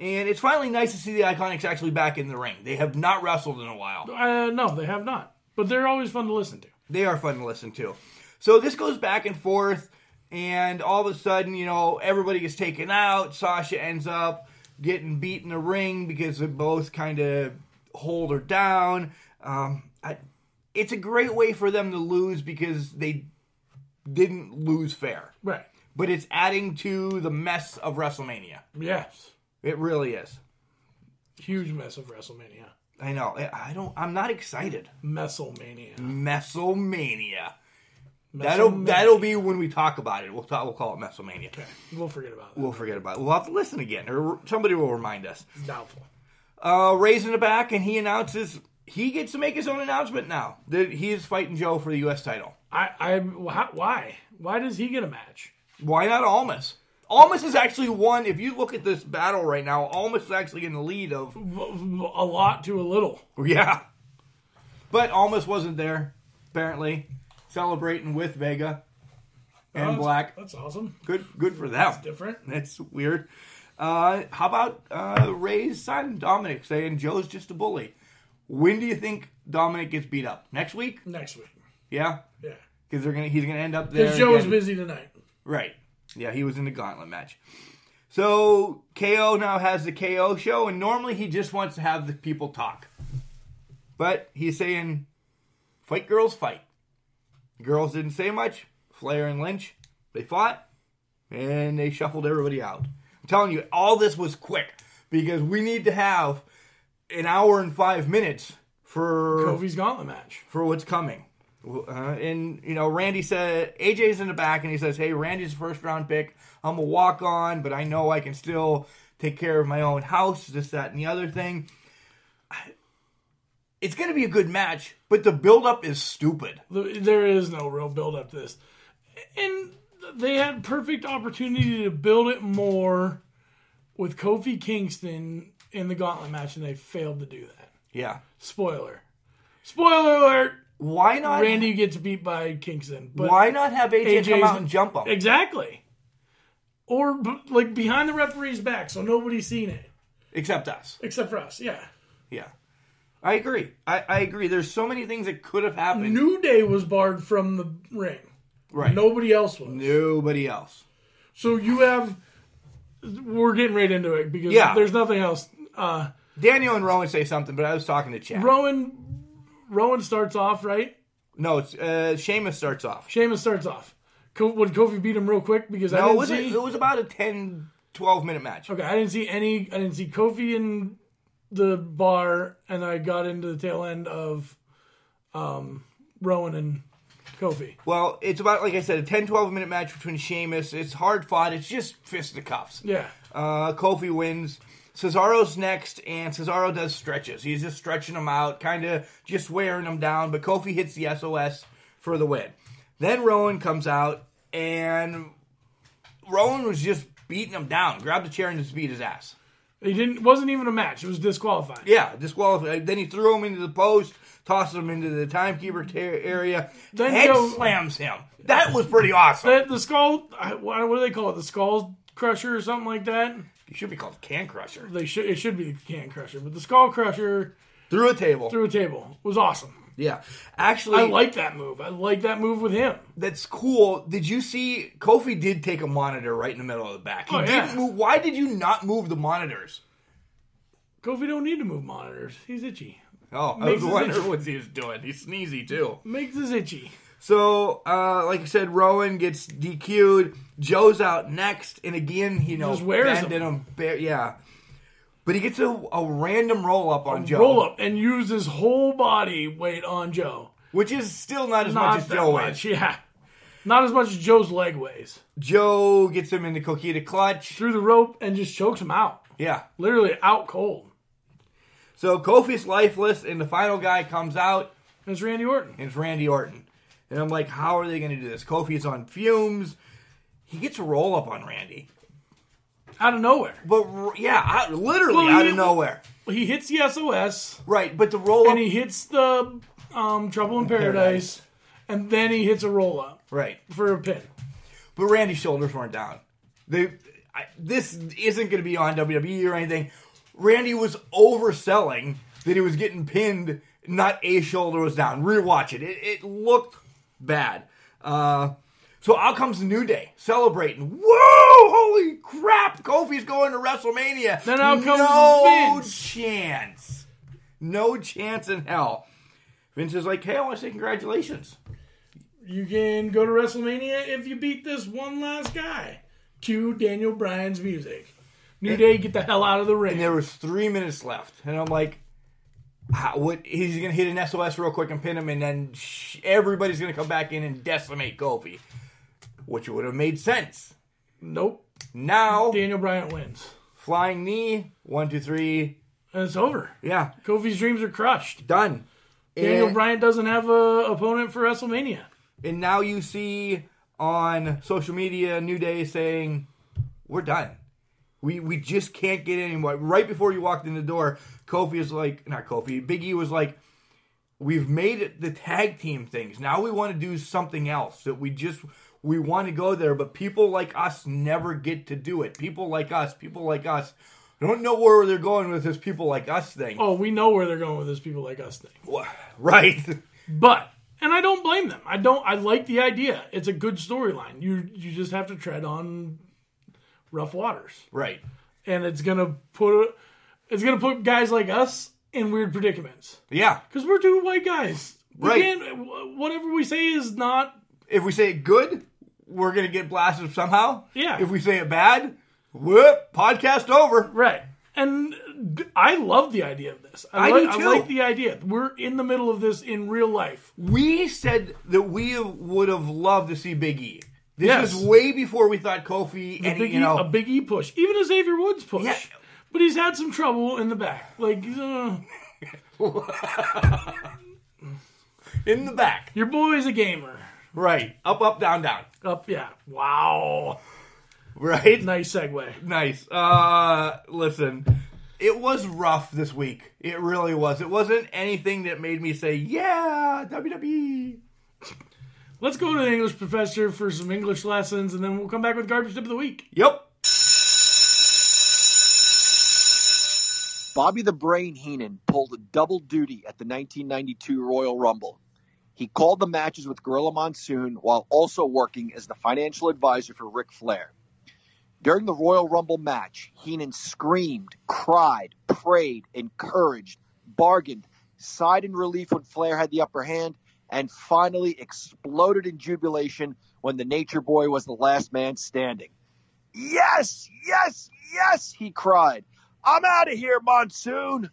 Speaker 3: And it's finally nice to see the Iconics actually back in the ring. They have not wrestled in a while.
Speaker 2: uh, no, they have not. But they're always fun to listen to.
Speaker 3: They are fun to listen to. So this goes back and forth, and all of a sudden, you know, everybody gets taken out. Sasha ends up getting beat in the ring because they both kind of hold her down. Um, I, it's a great way for them to lose because they didn't lose fair.
Speaker 2: Right?
Speaker 3: But it's adding to the mess of WrestleMania.
Speaker 2: Yes.
Speaker 3: It really is.
Speaker 2: Huge mess of WrestleMania.
Speaker 3: I know. I- I don't. I'm not excited.
Speaker 2: Messelmania.
Speaker 3: Mesomania. That'll
Speaker 2: Messelmania.
Speaker 3: that'll be when we talk about it. We'll talk, we'll call it Mesomania.
Speaker 2: We'll forget about that.
Speaker 3: We'll forget about it. We'll have to listen again, or somebody will remind us.
Speaker 2: Doubtful.
Speaker 3: Uh, Ray's in the back, and he announces he gets to make his own announcement now that he is fighting Joe for the U.S. title.
Speaker 2: I I wh- why why does he get a match?
Speaker 3: Why not Almas? Almas is actually one. If you look at this battle right now, Almas is actually in the lead of
Speaker 2: W- w- A lot to a little.
Speaker 3: yeah. But Almas wasn't there apparently celebrating with Vega and
Speaker 2: That's-
Speaker 3: Black.
Speaker 2: That's awesome.
Speaker 3: Good, good for them.
Speaker 2: Different.
Speaker 3: That's weird. Uh, how about uh, Ray's son Dominic saying Joe's just a bully? When do you think Dominic gets beat up? Next week?
Speaker 2: Next week.
Speaker 3: Yeah,
Speaker 2: Yeah.
Speaker 3: because they're gonna he's gonna end up there.
Speaker 2: Because Joe is
Speaker 3: again.
Speaker 2: busy tonight.
Speaker 3: Right. Yeah, he was in the gauntlet match. So KO now has the KO show, and normally he just wants to have the people talk. But he's saying, fight girls, fight. Girls didn't say much. Flair and Lynch, they fought, and they shuffled everybody out. I'm telling you, all this was quick because we need to have an hour and five minutes for
Speaker 2: Kofi's gauntlet match.
Speaker 3: for what's coming. Uh, and you know, Randy said AJ's in the back, and he says, "Hey, Randy's a first round pick. I'm a walk on, but I know I can still take care of my own house, this, that, and the other thing." I- It's going to be a good match, but the build up is stupid.
Speaker 2: There is no real build up to this. And they had perfect opportunity to build it more with Kofi Kingston in the gauntlet match, and they failed to do that.
Speaker 3: Yeah,
Speaker 2: Spoiler. Spoiler alert!
Speaker 3: why not?
Speaker 2: Randy gets beat by Kingston. But
Speaker 3: why not have AJ come
Speaker 2: AJ's
Speaker 3: out and jump him?
Speaker 2: Exactly. Or b- like behind the referee's back, so nobody's seen it
Speaker 3: except us.
Speaker 2: except for us. Yeah.
Speaker 3: Yeah, I agree. I, I agree. There's so many things that could have happened.
Speaker 2: New Day was barred from the ring.
Speaker 3: right.
Speaker 2: Nobody else was.
Speaker 3: Nobody else.
Speaker 2: So you have. We're getting right into it because
Speaker 3: Yeah.
Speaker 2: there's nothing else. Uh,
Speaker 3: Daniel and Rowan say something, but I was talking to Chad.
Speaker 2: Rowan, Rowan starts off right.
Speaker 3: no, it's uh, Seamus starts off.
Speaker 2: Sheamus starts off. Co- would Kofi beat him real quick? Because I
Speaker 3: No, it
Speaker 2: didn't
Speaker 3: was,
Speaker 2: see.
Speaker 3: it was about a 10, 12 minute match.
Speaker 2: Okay, I didn't see any. I didn't see Kofi in the bar, and I got into the tail end of um, Rowan and Kofi.
Speaker 3: Well, it's about, like I said, a 10, 12 minute match between Sheamus. It's hard fought. It's just fisticuffs.
Speaker 2: Yeah,
Speaker 3: Uh, Kofi wins. Cesaro's next, and Cesaro does stretches. He's just stretching them out, kind of just wearing them down, but Kofi hits the SOS for the win. Then Rowan comes out, and Rowan was just beating him down, grabbed a chair and just beat his ass.
Speaker 2: he didn't. it Wasn't even a match. It was disqualified.
Speaker 3: Yeah, disqualified. Then he threw him into the post, tosses him into the timekeeper ta- area,
Speaker 2: Then
Speaker 3: head
Speaker 2: Joe-
Speaker 3: slams him. That was pretty awesome.
Speaker 2: That- the skull. I, what what do they call it? The skull crusher or something like that.
Speaker 3: He should be called Can Crusher.
Speaker 2: They should. It should be the can crusher, but the skull crusher
Speaker 3: Through a table.
Speaker 2: through a table was awesome.
Speaker 3: Yeah, actually,
Speaker 2: I like that move. I like that move with him.
Speaker 3: that's cool. Did you see Kofi did take a monitor right in the middle of the back? He
Speaker 2: Oh, yeah.
Speaker 3: didn't move. Why did you not move the monitors?
Speaker 2: Kofi don't need to move monitors. He's itchy.
Speaker 3: Oh, I
Speaker 2: Makes
Speaker 3: was
Speaker 2: it
Speaker 3: wondering
Speaker 2: itchy.
Speaker 3: what he was doing. He's sneezy too.
Speaker 2: Makes us itchy.
Speaker 3: So, uh, like I said, Rowan gets DQ'd. Joe's out next, and again, you know,
Speaker 2: Just wears him.
Speaker 3: bending him. ba- yeah. But he gets a, a random roll up on Joe,
Speaker 2: Roll up and use his whole body weight on Joe.
Speaker 3: which is still not as
Speaker 2: Not
Speaker 3: much as
Speaker 2: that
Speaker 3: Joe
Speaker 2: much,
Speaker 3: weighs.
Speaker 2: yeah. Not as much as Joe's leg weighs.
Speaker 3: Joe gets him into Coquita clutch.
Speaker 2: Through the rope and just chokes him out.
Speaker 3: Yeah.
Speaker 2: Literally out cold.
Speaker 3: So Kofi's lifeless, and the final guy comes out.
Speaker 2: And it's Randy Orton.
Speaker 3: and it's Randy Orton. And I'm like, how are they going to do this? Kofi's on fumes. He gets a roll up on Randy.
Speaker 2: Out of nowhere.
Speaker 3: But r- yeah, out, literally
Speaker 2: Well,
Speaker 3: out
Speaker 2: he-
Speaker 3: of nowhere.
Speaker 2: He hits the SOS
Speaker 3: Right, but the roll up.
Speaker 2: and he hits the um, Trouble in Paradise. And then he hits a roll up
Speaker 3: right.
Speaker 2: for a pin.
Speaker 3: But Randy's shoulders weren't down. They, I, this isn't going to be on WWE or anything. Randy was overselling that he was getting pinned, not a shoulder was down. Rewatch it. It, it looked bad. Uh, so out comes the New Day celebrating. Whoa! Holy crap! Kofi's going to WrestleMania.
Speaker 2: Then out comes
Speaker 3: no
Speaker 2: Vince.
Speaker 3: chance. No chance in hell. Vince is like, hey, I want to say congratulations.
Speaker 2: You can go to WrestleMania if you beat this one last guy. Cue Daniel Bryan's music. New Day, get the hell out of the ring.
Speaker 3: and there was three minutes left, and I'm like, how, "What? He's gonna hit an SOS real quick and pin him, and then sh- everybody's gonna come back in and decimate Kofi," which would have made sense.
Speaker 2: nope.
Speaker 3: Now,
Speaker 2: Daniel Bryant wins.
Speaker 3: flying knee, one, two, three,
Speaker 2: And it's over.
Speaker 3: yeah,
Speaker 2: Kofi's dreams are crushed.
Speaker 3: done.
Speaker 2: Daniel
Speaker 3: And,
Speaker 2: Bryant doesn't have a opponent for WrestleMania.
Speaker 3: and now you see on social media New Day saying, "We're done." We, we just can't get any more. Right before you walked in the door, Kofi is like, not Kofi, Big E was like, we've made it the tag team things. Now we want to do something else that we just we want to go there, but people like us never get to do it. People like us, people like us don't know where they're going with this people like us thing.
Speaker 2: Oh, we know where they're going with this people like us thing.
Speaker 3: Wha- Right.
Speaker 2: But and I don't blame them. I don't I like the idea. It's a good storyline. You you just have to tread on rough waters.
Speaker 3: right.
Speaker 2: And it's gonna put it's gonna put guys like us in weird predicaments.
Speaker 3: Yeah.
Speaker 2: Because we're two white guys. We
Speaker 3: Right.
Speaker 2: can't- wh- whatever we say is not
Speaker 3: If we say it good, we're gonna get blasted somehow.
Speaker 2: Yeah.
Speaker 3: If we say it bad, whoop, podcast over.
Speaker 2: Right. And d- I love the idea of this. I,
Speaker 3: I
Speaker 2: like,
Speaker 3: do too.
Speaker 2: I like the idea. We're in the middle of this in real life.
Speaker 3: We said that we would have loved to see Big E. This
Speaker 2: Yes.
Speaker 3: is way before we thought Kofi
Speaker 2: A
Speaker 3: and
Speaker 2: big,
Speaker 3: you know
Speaker 2: e, a big E push. Even a Xavier Woods push.
Speaker 3: Yeah.
Speaker 2: But he's had some trouble in the back. Like, uh,
Speaker 3: in the back.
Speaker 2: your boy's a gamer.
Speaker 3: Right. Up, up, down, down.
Speaker 2: Up, yeah. Wow.
Speaker 3: Right?
Speaker 2: Nice segue.
Speaker 3: Nice. Uh listen. It was rough this week. It really was. It wasn't anything that made me say, Yeah, E." WWE.
Speaker 2: Let's go to the English professor for some English lessons, and then we'll come back with Garbage Tip of the Week.
Speaker 3: Yep.
Speaker 5: Bobby the Brain Heenan pulled a double duty at the 1992 Royal Rumble. He called the matches with Gorilla Monsoon while also working as the financial advisor for Ric Flair. During the Royal Rumble match, Heenan screamed, cried, prayed, encouraged, bargained, sighed in relief when Flair had the upper hand, and finally exploded in jubilation when the Nature Boy was the last man standing. Yes, yes, yes, he cried. I'm out of here, Monsoon.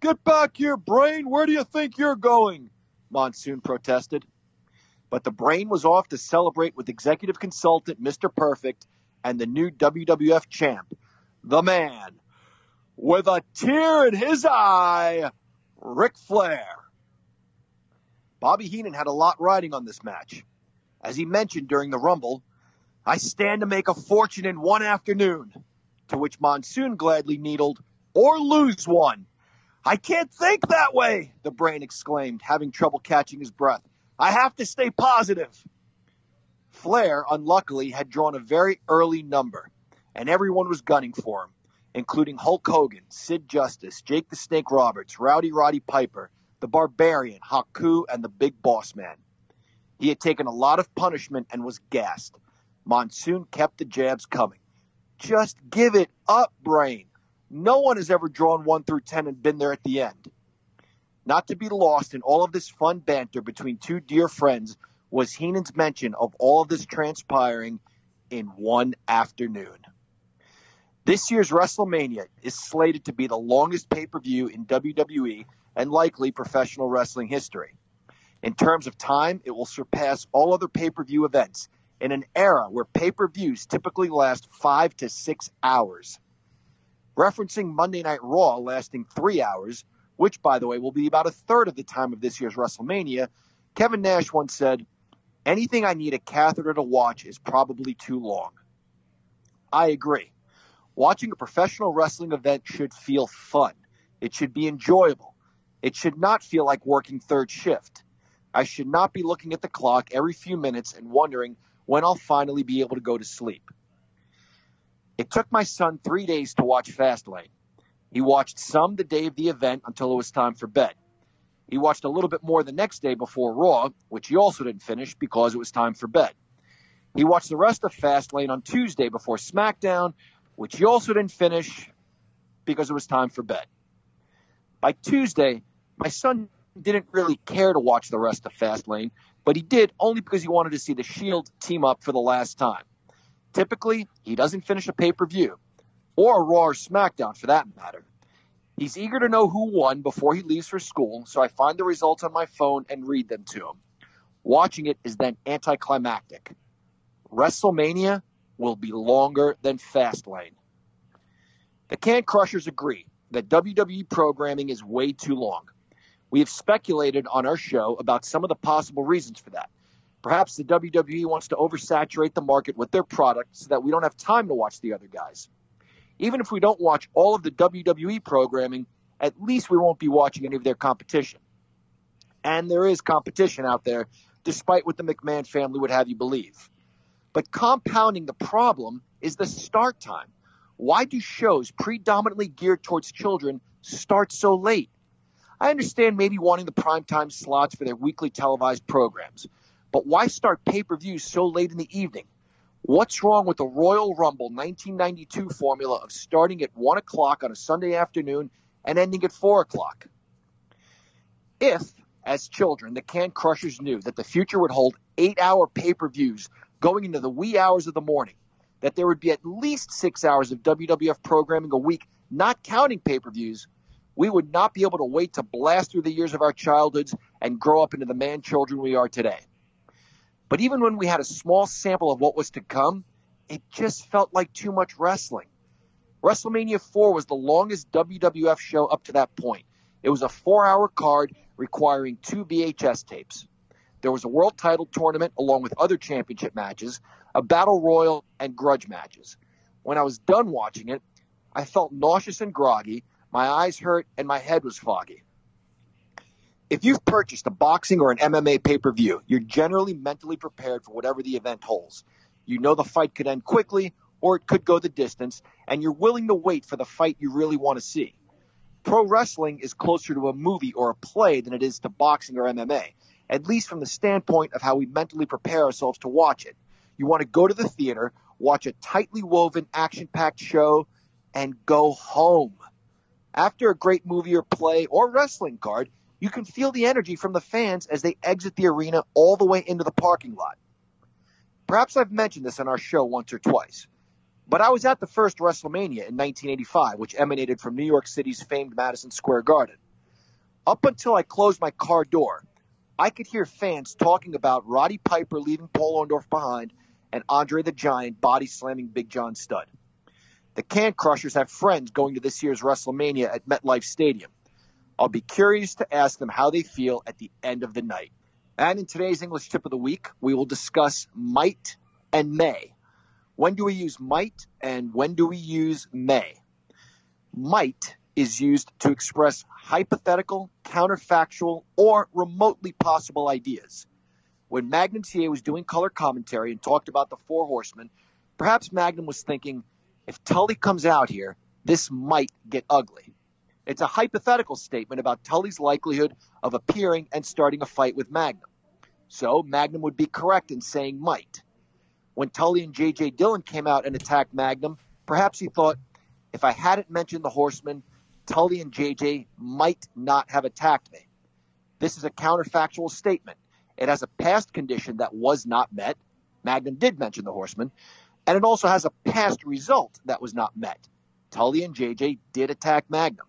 Speaker 5: Get back here, Brain. Where do you think you're going? Monsoon protested. But the Brain was off to celebrate with executive consultant Mr. Perfect and the new WWF champ, the man, with a tear in his eye, Ric Flair. Bobby Heenan had a lot riding on this match. As he mentioned during the Rumble, I stand to make a fortune in one afternoon, to which Monsoon gladly needled, or lose one. I can't think that way, the brain exclaimed, having trouble catching his breath. I have to stay positive. Flair, unluckily, had drawn a very early number, and everyone was gunning for him, including Hulk Hogan, Sid Justice, Jake the Snake Roberts, Rowdy Roddy Piper, the Barbarian, Haku, and the Big Boss Man. He had taken a lot of punishment and was gassed. Monsoon kept the jabs coming. Just give it up, Brain. No one has ever drawn 1 through 10 and been there at the end. Not to be lost in all of this fun banter between two dear friends was Heenan's mention of all of this transpiring in one afternoon. This year's WrestleMania is slated to be the longest pay per view in WWE and likely professional wrestling history. In terms of time, it will surpass all other pay per view events in an era where pay per views typically last five to six hours. Referencing Monday Night Raw lasting three hours, which, by the way, will be about a third of the time of this year's WrestleMania, Kevin Nash once said, Anything I need a catheter to watch is probably too long. I agree. Watching a professional wrestling event should feel fun, it should be enjoyable. It should not feel like working third shift. I should not be looking at the clock every few minutes and wondering when I'll finally be able to go to sleep. It took my son three days to watch Fastlane. He watched some the day of the event until it was time for bed. He watched a little bit more the next day before Raw, which he also didn't finish because it was time for bed. He watched the rest of Fastlane on Tuesday before SmackDown, which he also didn't finish because it was time for bed. By Tuesday, my son didn't really care to watch the rest of Fastlane, but he did only because he wanted to see the Shield team up for the last time. Typically, he doesn't finish a pay per view, or a Raw or SmackDown for that matter. He's eager to know who won before he leaves for school, so I find the results on my phone and read them to him. Watching it is then anticlimactic. WrestleMania will be longer than Fastlane. The Can Crushers agree that WWE programming is way too long. We have speculated on our show about some of the possible reasons for that. Perhaps the WWE wants to oversaturate the market with their product so that we don't have time to watch the other guys. Even if we don't watch all of the WWE programming, at least we won't be watching any of their competition. And there is competition out there, despite what the McMahon family would have you believe. But compounding the problem is the start time. Why do shows predominantly geared towards children start so late? I understand maybe wanting the primetime slots for their weekly televised programs, but why start pay per views so late in the evening? What's wrong with the Royal Rumble 1992 formula of starting at 1 o'clock on a Sunday afternoon and ending at 4 o'clock? If, as children, the Can Crushers knew that the future would hold eight hour pay per views going into the wee hours of the morning, that there would be at least six hours of WWF programming a week, not counting pay per views, we would not be able to wait to blast through the years of our childhoods and grow up into the man children we are today. But even when we had a small sample of what was to come, it just felt like too much wrestling. WrestleMania 4 was the longest WWF show up to that point. It was a four hour card requiring two VHS tapes. There was a world title tournament along with other championship matches, a battle royal, and grudge matches. When I was done watching it, I felt nauseous and groggy, my eyes hurt, and my head was foggy. If you've purchased a boxing or an MMA pay per view, you're generally mentally prepared for whatever the event holds. You know the fight could end quickly or it could go the distance, and you're willing to wait for the fight you really want to see. Pro wrestling is closer to a movie or a play than it is to boxing or MMA, at least from the standpoint of how we mentally prepare ourselves to watch it. You want to go to the theater watch a tightly woven, action packed show, and go home. After a great movie or play or wrestling card, you can feel the energy from the fans as they exit the arena all the way into the parking lot. Perhaps I've mentioned this on our show once or twice, but I was at the first WrestleMania in 1985, which emanated from New York City's famed Madison Square Garden. Up until I closed my car door, I could hear fans talking about Roddy Piper leaving Paul Orndorff behind and Andre the Giant body slamming Big John Studd. The Can Crushers have friends going to this year's WrestleMania at MetLife Stadium. I'll be curious to ask them how they feel at the end of the night. And in today's English tip of the week, we will discuss might and may. When do we use might and when do we use may? Might is used to express hypothetical, counterfactual, or remotely possible ideas. When Magnum TA was doing color commentary and talked about the Four Horsemen, perhaps Magnum was thinking, if Tully comes out here, this might get ugly. It's a hypothetical statement about Tully's likelihood of appearing and starting a fight with Magnum. So Magnum would be correct in saying might. When Tully and J.J. Dillon came out and attacked Magnum, perhaps he thought, if I hadn't mentioned the horsemen, Tully and JJ might not have attacked me. This is a counterfactual statement. It has a past condition that was not met. Magnum did mention the horsemen. And it also has a past result that was not met. Tully and JJ did attack Magnum.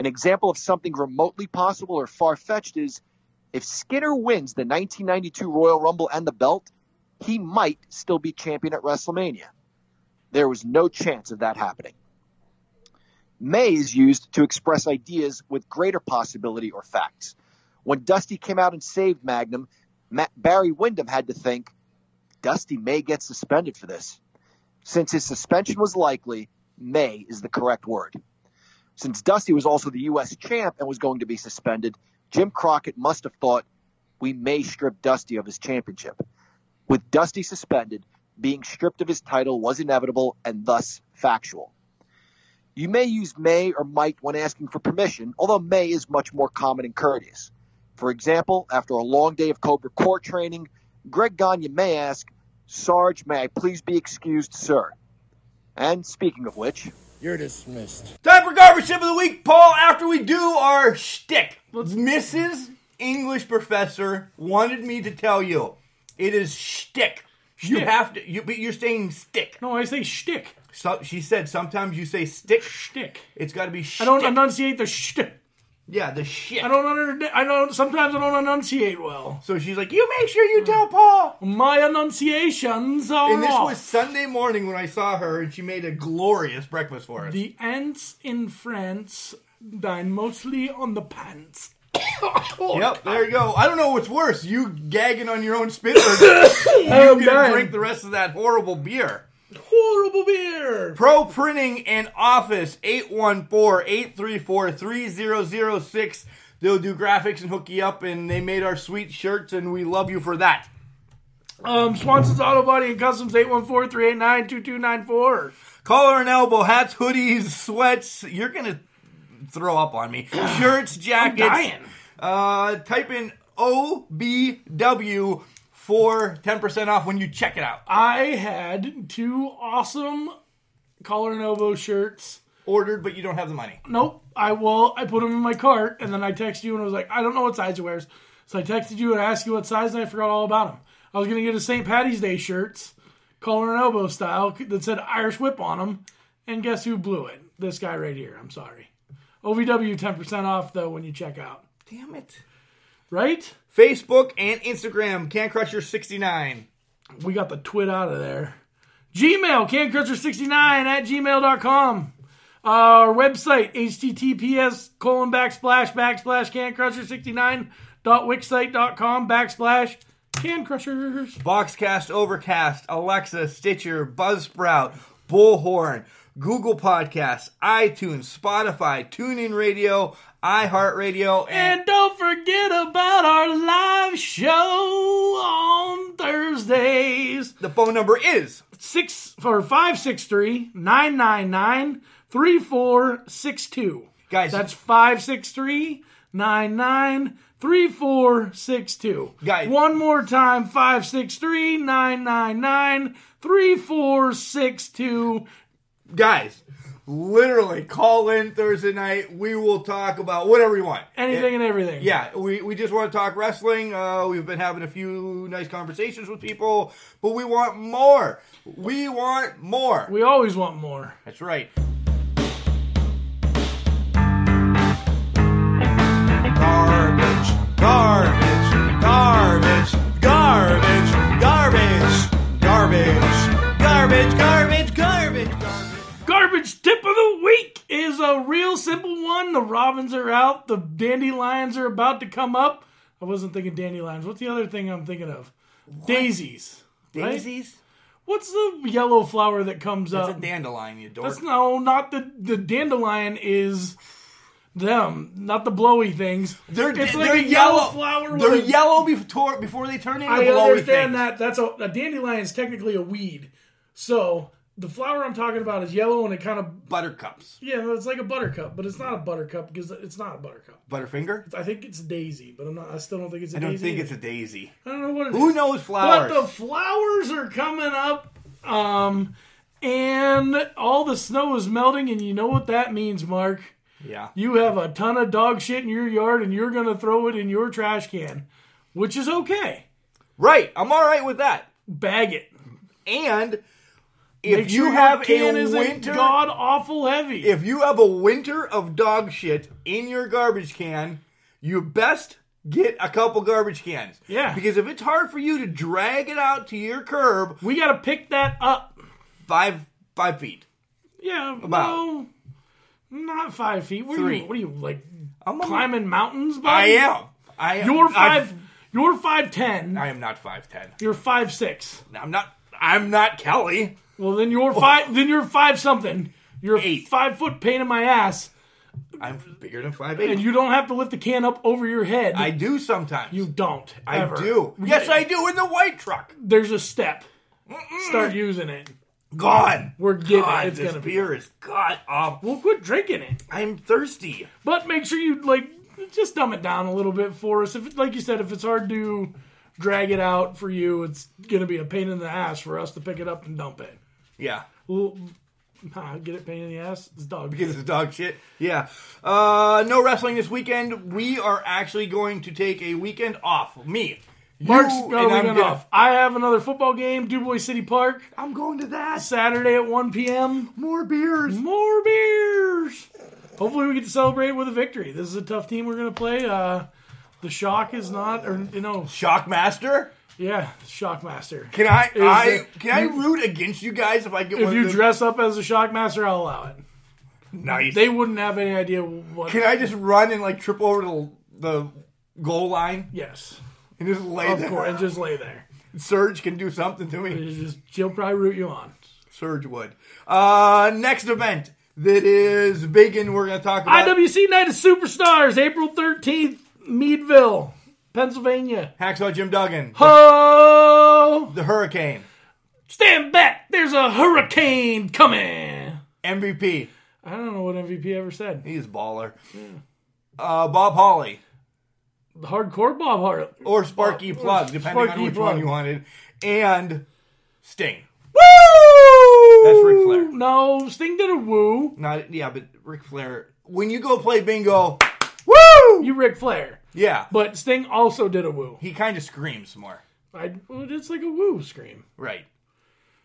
Speaker 5: An example of something remotely possible or far fetched is if Skinner wins the 1992 Royal Rumble and the belt, he might still be champion at WrestleMania. There was no chance of that happening. May is used to express ideas with greater possibility or facts. When Dusty came out and saved Magnum, Ma- Barry Windham had to think Dusty may get suspended for this. Since his suspension was likely, may is the correct word. Since Dusty was also the U.S. champ and was going to be suspended, Jim Crockett must have thought we may strip Dusty of his championship. With Dusty suspended, being stripped of his title was inevitable and thus factual. You may use may or might when asking for permission, although may is much more common and courteous. For example, after a long day of Cobra Corps training, Greg Gagne may ask, Sarge, may I please be excused, sir? And speaking of which,
Speaker 6: You're dismissed.
Speaker 3: Time for garbage tip of the week, Paul. After we do our shtick, Mrs. English professor wanted me to tell you it is shtick. You
Speaker 2: Shtick.
Speaker 3: have to. You, but you're saying stick.
Speaker 2: No, I say shtick.
Speaker 3: So, she said sometimes you say stick.
Speaker 2: Shtick.
Speaker 3: It's got to be. Shtick.
Speaker 2: I don't enunciate the shtick.
Speaker 3: Yeah, the shit.
Speaker 2: I don't under, I don't sometimes I don't enunciate well.
Speaker 3: So she's like, you make sure you tell Paul.
Speaker 2: My enunciations are
Speaker 3: And this
Speaker 2: off.
Speaker 3: was Sunday morning when I saw her, and she made a glorious breakfast for us.
Speaker 2: the ants in France dine mostly on the pants.
Speaker 3: Yep, there you go. I don't know what's worse, you gagging on your own spit or you gonna
Speaker 2: dying.
Speaker 3: drink the rest of that horrible beer.
Speaker 2: Horrible beer.
Speaker 3: Pro Printing and Office 814-834-3006. They'll do graphics and hook you up, and they made our sweet shirts, and we love you for that.
Speaker 2: Um, Swanson's Auto Body and Customs 814-389-2294.
Speaker 3: Collar and elbow, hats, hoodies, sweats. You're gonna throw up on me. Shirts, jackets.
Speaker 2: dying.
Speaker 3: Uh, type in OBW for 10% off when you check it out.
Speaker 2: I had two awesome collar and elbow shirts.
Speaker 3: Ordered, but you don't have the money.
Speaker 2: Nope. I will. I put them in my cart, and then I texted you and was like, I don't know what size you wears. So I texted you and asked you what size, and I forgot all about them. I was gonna get a St. Patty's Day shirts, collar and elbow style, that said Irish Whip on them, and guess who blew it? This guy right here. I'm sorry. OVW 10% off though when you check out.
Speaker 3: Damn it.
Speaker 2: Right?
Speaker 3: Facebook and Instagram, Can Crusher69.
Speaker 2: We got the twit out of there. Gmail, cancrutcher69 at gmail.com. Uh, our website, https colon backslash backslash cancrusher69.wixsite.com backslash cancrushers.
Speaker 3: Boxcast, Overcast, Alexa, Stitcher, Buzzsprout, Bullhorn, Google Podcasts, iTunes, Spotify, TuneIn Radio, iHeartRadio, and
Speaker 2: And don't forget about our live show on Thursdays.
Speaker 3: the phone number is
Speaker 2: Six or five six three nine nine nine three four six two.
Speaker 3: Guys-
Speaker 2: that's five six three nine nine three four six two.
Speaker 3: Guys.
Speaker 2: One more time, five six three nine nine nine three four six two.
Speaker 3: Guys, literally call in Thursday night. We will talk about whatever you want.
Speaker 2: Anything and everything.
Speaker 3: Yeah, we, we just want to talk wrestling. Uh, we've been having a few nice conversations with people, but we want more. We want more.
Speaker 2: We always want more.
Speaker 3: That's right. Garbage, garbage, garbage, garbage, garbage, garbage, garbage, garbage, garbage, garbage.
Speaker 2: Garbage tip of the week is a real simple one. The robins are out. The dandelions are about to come up. I wasn't thinking dandelions. What's the other thing I'm thinking of? Daisies. right?
Speaker 3: Daisies?
Speaker 2: What's the yellow flower that comes
Speaker 3: That's
Speaker 2: up?
Speaker 3: a dandelion, you dork.
Speaker 2: Um, That's no, not the the dandelion is them, not the blowy things.
Speaker 3: They're,
Speaker 2: it's
Speaker 3: they're
Speaker 2: like a
Speaker 3: yellow.
Speaker 2: flower.
Speaker 3: They're
Speaker 2: with a-
Speaker 3: yellow before, before they turn into
Speaker 2: I
Speaker 3: blowy
Speaker 2: understand that.
Speaker 3: things.
Speaker 2: That's a, a dandelion is technically a weed. So the flower I'm talking about is yellow, and it kind of
Speaker 3: Buttercups.
Speaker 2: yeah, it's like a buttercup, but it's not a buttercup because it's not a buttercup.
Speaker 3: Butterfinger?
Speaker 2: I think it's daisy, but I'm not. I still don't think it's a
Speaker 3: I don't
Speaker 2: daisy.
Speaker 3: think
Speaker 2: either.
Speaker 3: it's a daisy.
Speaker 2: I don't know what it is.
Speaker 3: Who knows flowers?
Speaker 2: But the flowers are coming up, um, and all the snow is melting, and you know what that means, Mark.
Speaker 3: yeah.
Speaker 2: You have a ton of dog shit in your yard, and you're gonna throw it in your trash can, which is okay.
Speaker 3: Right. I'm all right with that.
Speaker 2: Bag it.
Speaker 3: And if
Speaker 2: Make
Speaker 3: you
Speaker 2: sure
Speaker 3: have
Speaker 2: your can
Speaker 3: a
Speaker 2: isn't
Speaker 3: winter,
Speaker 2: god awful heavy.
Speaker 3: if you have a winter of dog shit in your garbage can, you best get a couple garbage cans.
Speaker 2: Yeah.
Speaker 3: Because if it's hard for you to drag it out to your curb,
Speaker 2: we gotta pick that up.
Speaker 3: five five feet.
Speaker 2: Yeah,
Speaker 3: About.
Speaker 2: well, not five feet. What Are
Speaker 3: Three.
Speaker 2: you, what are you like
Speaker 3: I'm a-
Speaker 2: climbing mountains?
Speaker 3: I
Speaker 2: Buddy?
Speaker 3: am. I am.
Speaker 2: You're
Speaker 3: I'm-
Speaker 2: five. you're five ten.
Speaker 3: I am not five ten.
Speaker 2: You're five six.
Speaker 3: I'm not. I'm not Kelly.
Speaker 2: Well, then you're five. Then you're five something. You're
Speaker 3: Oh. Eight.
Speaker 2: five foot pain in my ass,
Speaker 3: I'm bigger than five
Speaker 2: and
Speaker 3: eight.
Speaker 2: you don't have to lift the can up over your head.
Speaker 3: I do sometimes.
Speaker 2: you don't.
Speaker 3: I
Speaker 2: ever.
Speaker 3: do. Yes, I do. In the white truck.
Speaker 2: There's a step. Start using it.
Speaker 3: Gone.
Speaker 2: We're getting
Speaker 3: God,
Speaker 2: it. It's
Speaker 3: this
Speaker 2: gonna be.
Speaker 3: beer is god awful.
Speaker 2: We'll quit drinking it.
Speaker 3: I'm thirsty.
Speaker 2: But make sure you like just dumb it down a little bit for us. If like you said, if it's hard to drag it out for you, it's gonna be a pain in the ass for us to pick it up and dump it.
Speaker 3: Yeah.
Speaker 2: Well, nah, get it pain in the ass. It's dog.
Speaker 3: Because it's dog shit. Yeah. Uh, no wrestling this weekend. We are actually going to take a weekend off. Me. You,
Speaker 2: Mark's
Speaker 3: and
Speaker 2: got a
Speaker 3: I'm
Speaker 2: weekend
Speaker 3: gonna-
Speaker 2: off. I have another football game, Dubois City Park,
Speaker 3: I'm going to that.
Speaker 2: Saturday at 1 p.m.
Speaker 3: More beers.
Speaker 2: More beers. Hopefully, we get to celebrate with a victory. This is a tough team we're gonna play. Uh, the Shock is not, or you know,
Speaker 3: Shockmaster.
Speaker 2: yeah, Shockmaster.
Speaker 3: Can I? I
Speaker 2: it-
Speaker 3: can I root against you guys if I get
Speaker 2: If
Speaker 3: one
Speaker 2: you
Speaker 3: of the,
Speaker 2: dress up as a Shockmaster, I'll allow it.
Speaker 3: nice.
Speaker 2: They wouldn't have any idea what.
Speaker 3: Can I just run and like trip over the, the goal line
Speaker 2: yes,
Speaker 3: and just lay
Speaker 2: of
Speaker 3: there?
Speaker 2: course, and just lay there.
Speaker 3: Surge can do something to me.
Speaker 2: It's Just, she'll probably root you on.
Speaker 3: Surge would. Uh, next event that is big and we're going to talk about
Speaker 2: IWC Night of Superstars, April thirteenth, Meadville, Pennsylvania.
Speaker 3: Hacksaw Jim Duggan,
Speaker 2: Oh,
Speaker 3: the Hurricane,
Speaker 2: stand back! There's a hurricane coming.
Speaker 3: MVP.
Speaker 2: I don't know what MVP ever said.
Speaker 3: He's a baller. Uh, Bob Holly
Speaker 2: The hardcore Bob Hart.
Speaker 3: or Sparky Plug, depending
Speaker 2: Sparky
Speaker 3: on which
Speaker 2: Plug.
Speaker 3: one you wanted, and Sting.
Speaker 2: Woo!
Speaker 3: That's Ric Flair.
Speaker 2: No, Sting did a woo.
Speaker 3: Not yeah, but Ric Flair. When you go play bingo,
Speaker 2: You Ric Flair,
Speaker 3: yeah, but
Speaker 2: but Sting also did a woo.
Speaker 3: he kind of screams more,
Speaker 2: I, it's like a woo scream.
Speaker 3: right?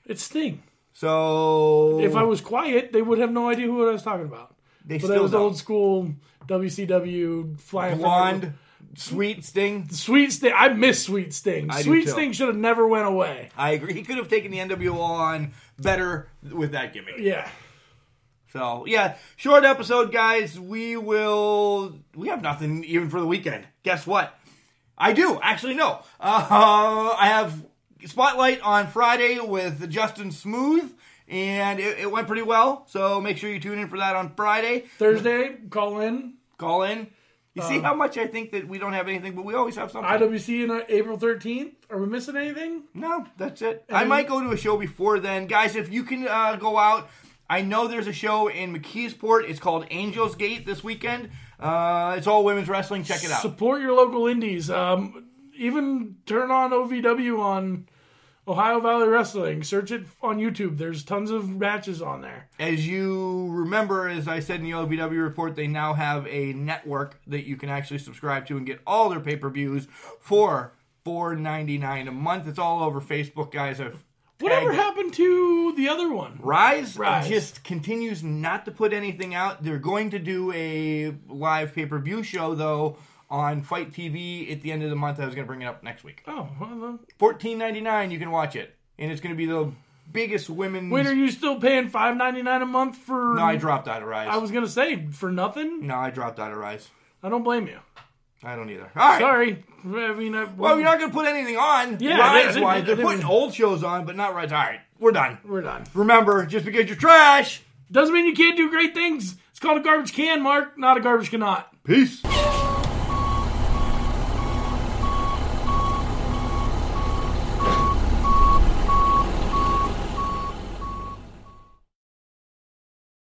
Speaker 2: It's Sting.
Speaker 3: So
Speaker 2: If I was quiet, they would have no idea who I was talking about.
Speaker 3: they
Speaker 2: But
Speaker 3: still
Speaker 2: that was
Speaker 3: don't.
Speaker 2: old school WCW flying from-
Speaker 3: blonde, sweet Sting.
Speaker 2: Sweet Sting. I miss Sweet Sting.
Speaker 3: I do
Speaker 2: Sweet
Speaker 3: too.
Speaker 2: Sting should have never went away.
Speaker 3: I agree. He could have taken the NWO on better with that gimmick.
Speaker 2: Yeah.
Speaker 3: So yeah, short episode, guys. We will. We have nothing even for the weekend. Guess what? I do actually no. Uh, I have spotlight on Friday with Justin Smooth, and it, it went pretty well. So make sure you tune in for that on Friday.
Speaker 2: Thursday, call in.
Speaker 3: Call in. You see how much I think that we don't have anything, but we always have something.
Speaker 2: IWC on uh, April 13th. Are we missing anything?
Speaker 3: No, that's it. I might go to a show before then, guys. If you can uh, go out, I know there's a show in McKeesport. It's called Angels Gate this weekend. Uh, it's all women's wrestling. Check it out.
Speaker 2: Support your local indies. Um, even turn on OVW on Ohio Valley Wrestling. Search it on YouTube. There's tons of matches on there.
Speaker 3: As you remember, as I said in the OVW report, they now have a network that you can actually subscribe to and get all their pay per views for four ninety nine a month. It's all over Facebook, guys. I've
Speaker 2: Whatever
Speaker 3: tagged it.
Speaker 2: happened to the other one?
Speaker 3: Rise,
Speaker 2: Rise.
Speaker 3: just continues not to put anything out. They're going to do a live pay per view show though on Fight TV at the end of the month. I was going to bring it up next week.
Speaker 2: Oh, well,
Speaker 3: Fourteen ninety nine, you can watch it, and it's going to be the biggest women's.
Speaker 2: wait, are you still paying five ninety nine a month for?
Speaker 3: No, I dropped out of Rise.
Speaker 2: I was gonna say for nothing.
Speaker 3: No, I dropped out of Rise.
Speaker 2: I don't blame you.
Speaker 3: I don't either. All right.
Speaker 2: Sorry. I mean, I,
Speaker 3: Well, you're not going to put anything on.
Speaker 2: Yeah,
Speaker 3: Rise
Speaker 2: they- they-
Speaker 3: wise.
Speaker 2: they-
Speaker 3: They're
Speaker 2: they-
Speaker 3: putting old shows on, but not Rise. All right, we're done.
Speaker 2: we're done.
Speaker 3: Remember, just because you're trash.
Speaker 2: Doesn't mean you can't do great things. It's called a garbage can, Mark, not a garbage cannot.
Speaker 3: Peace.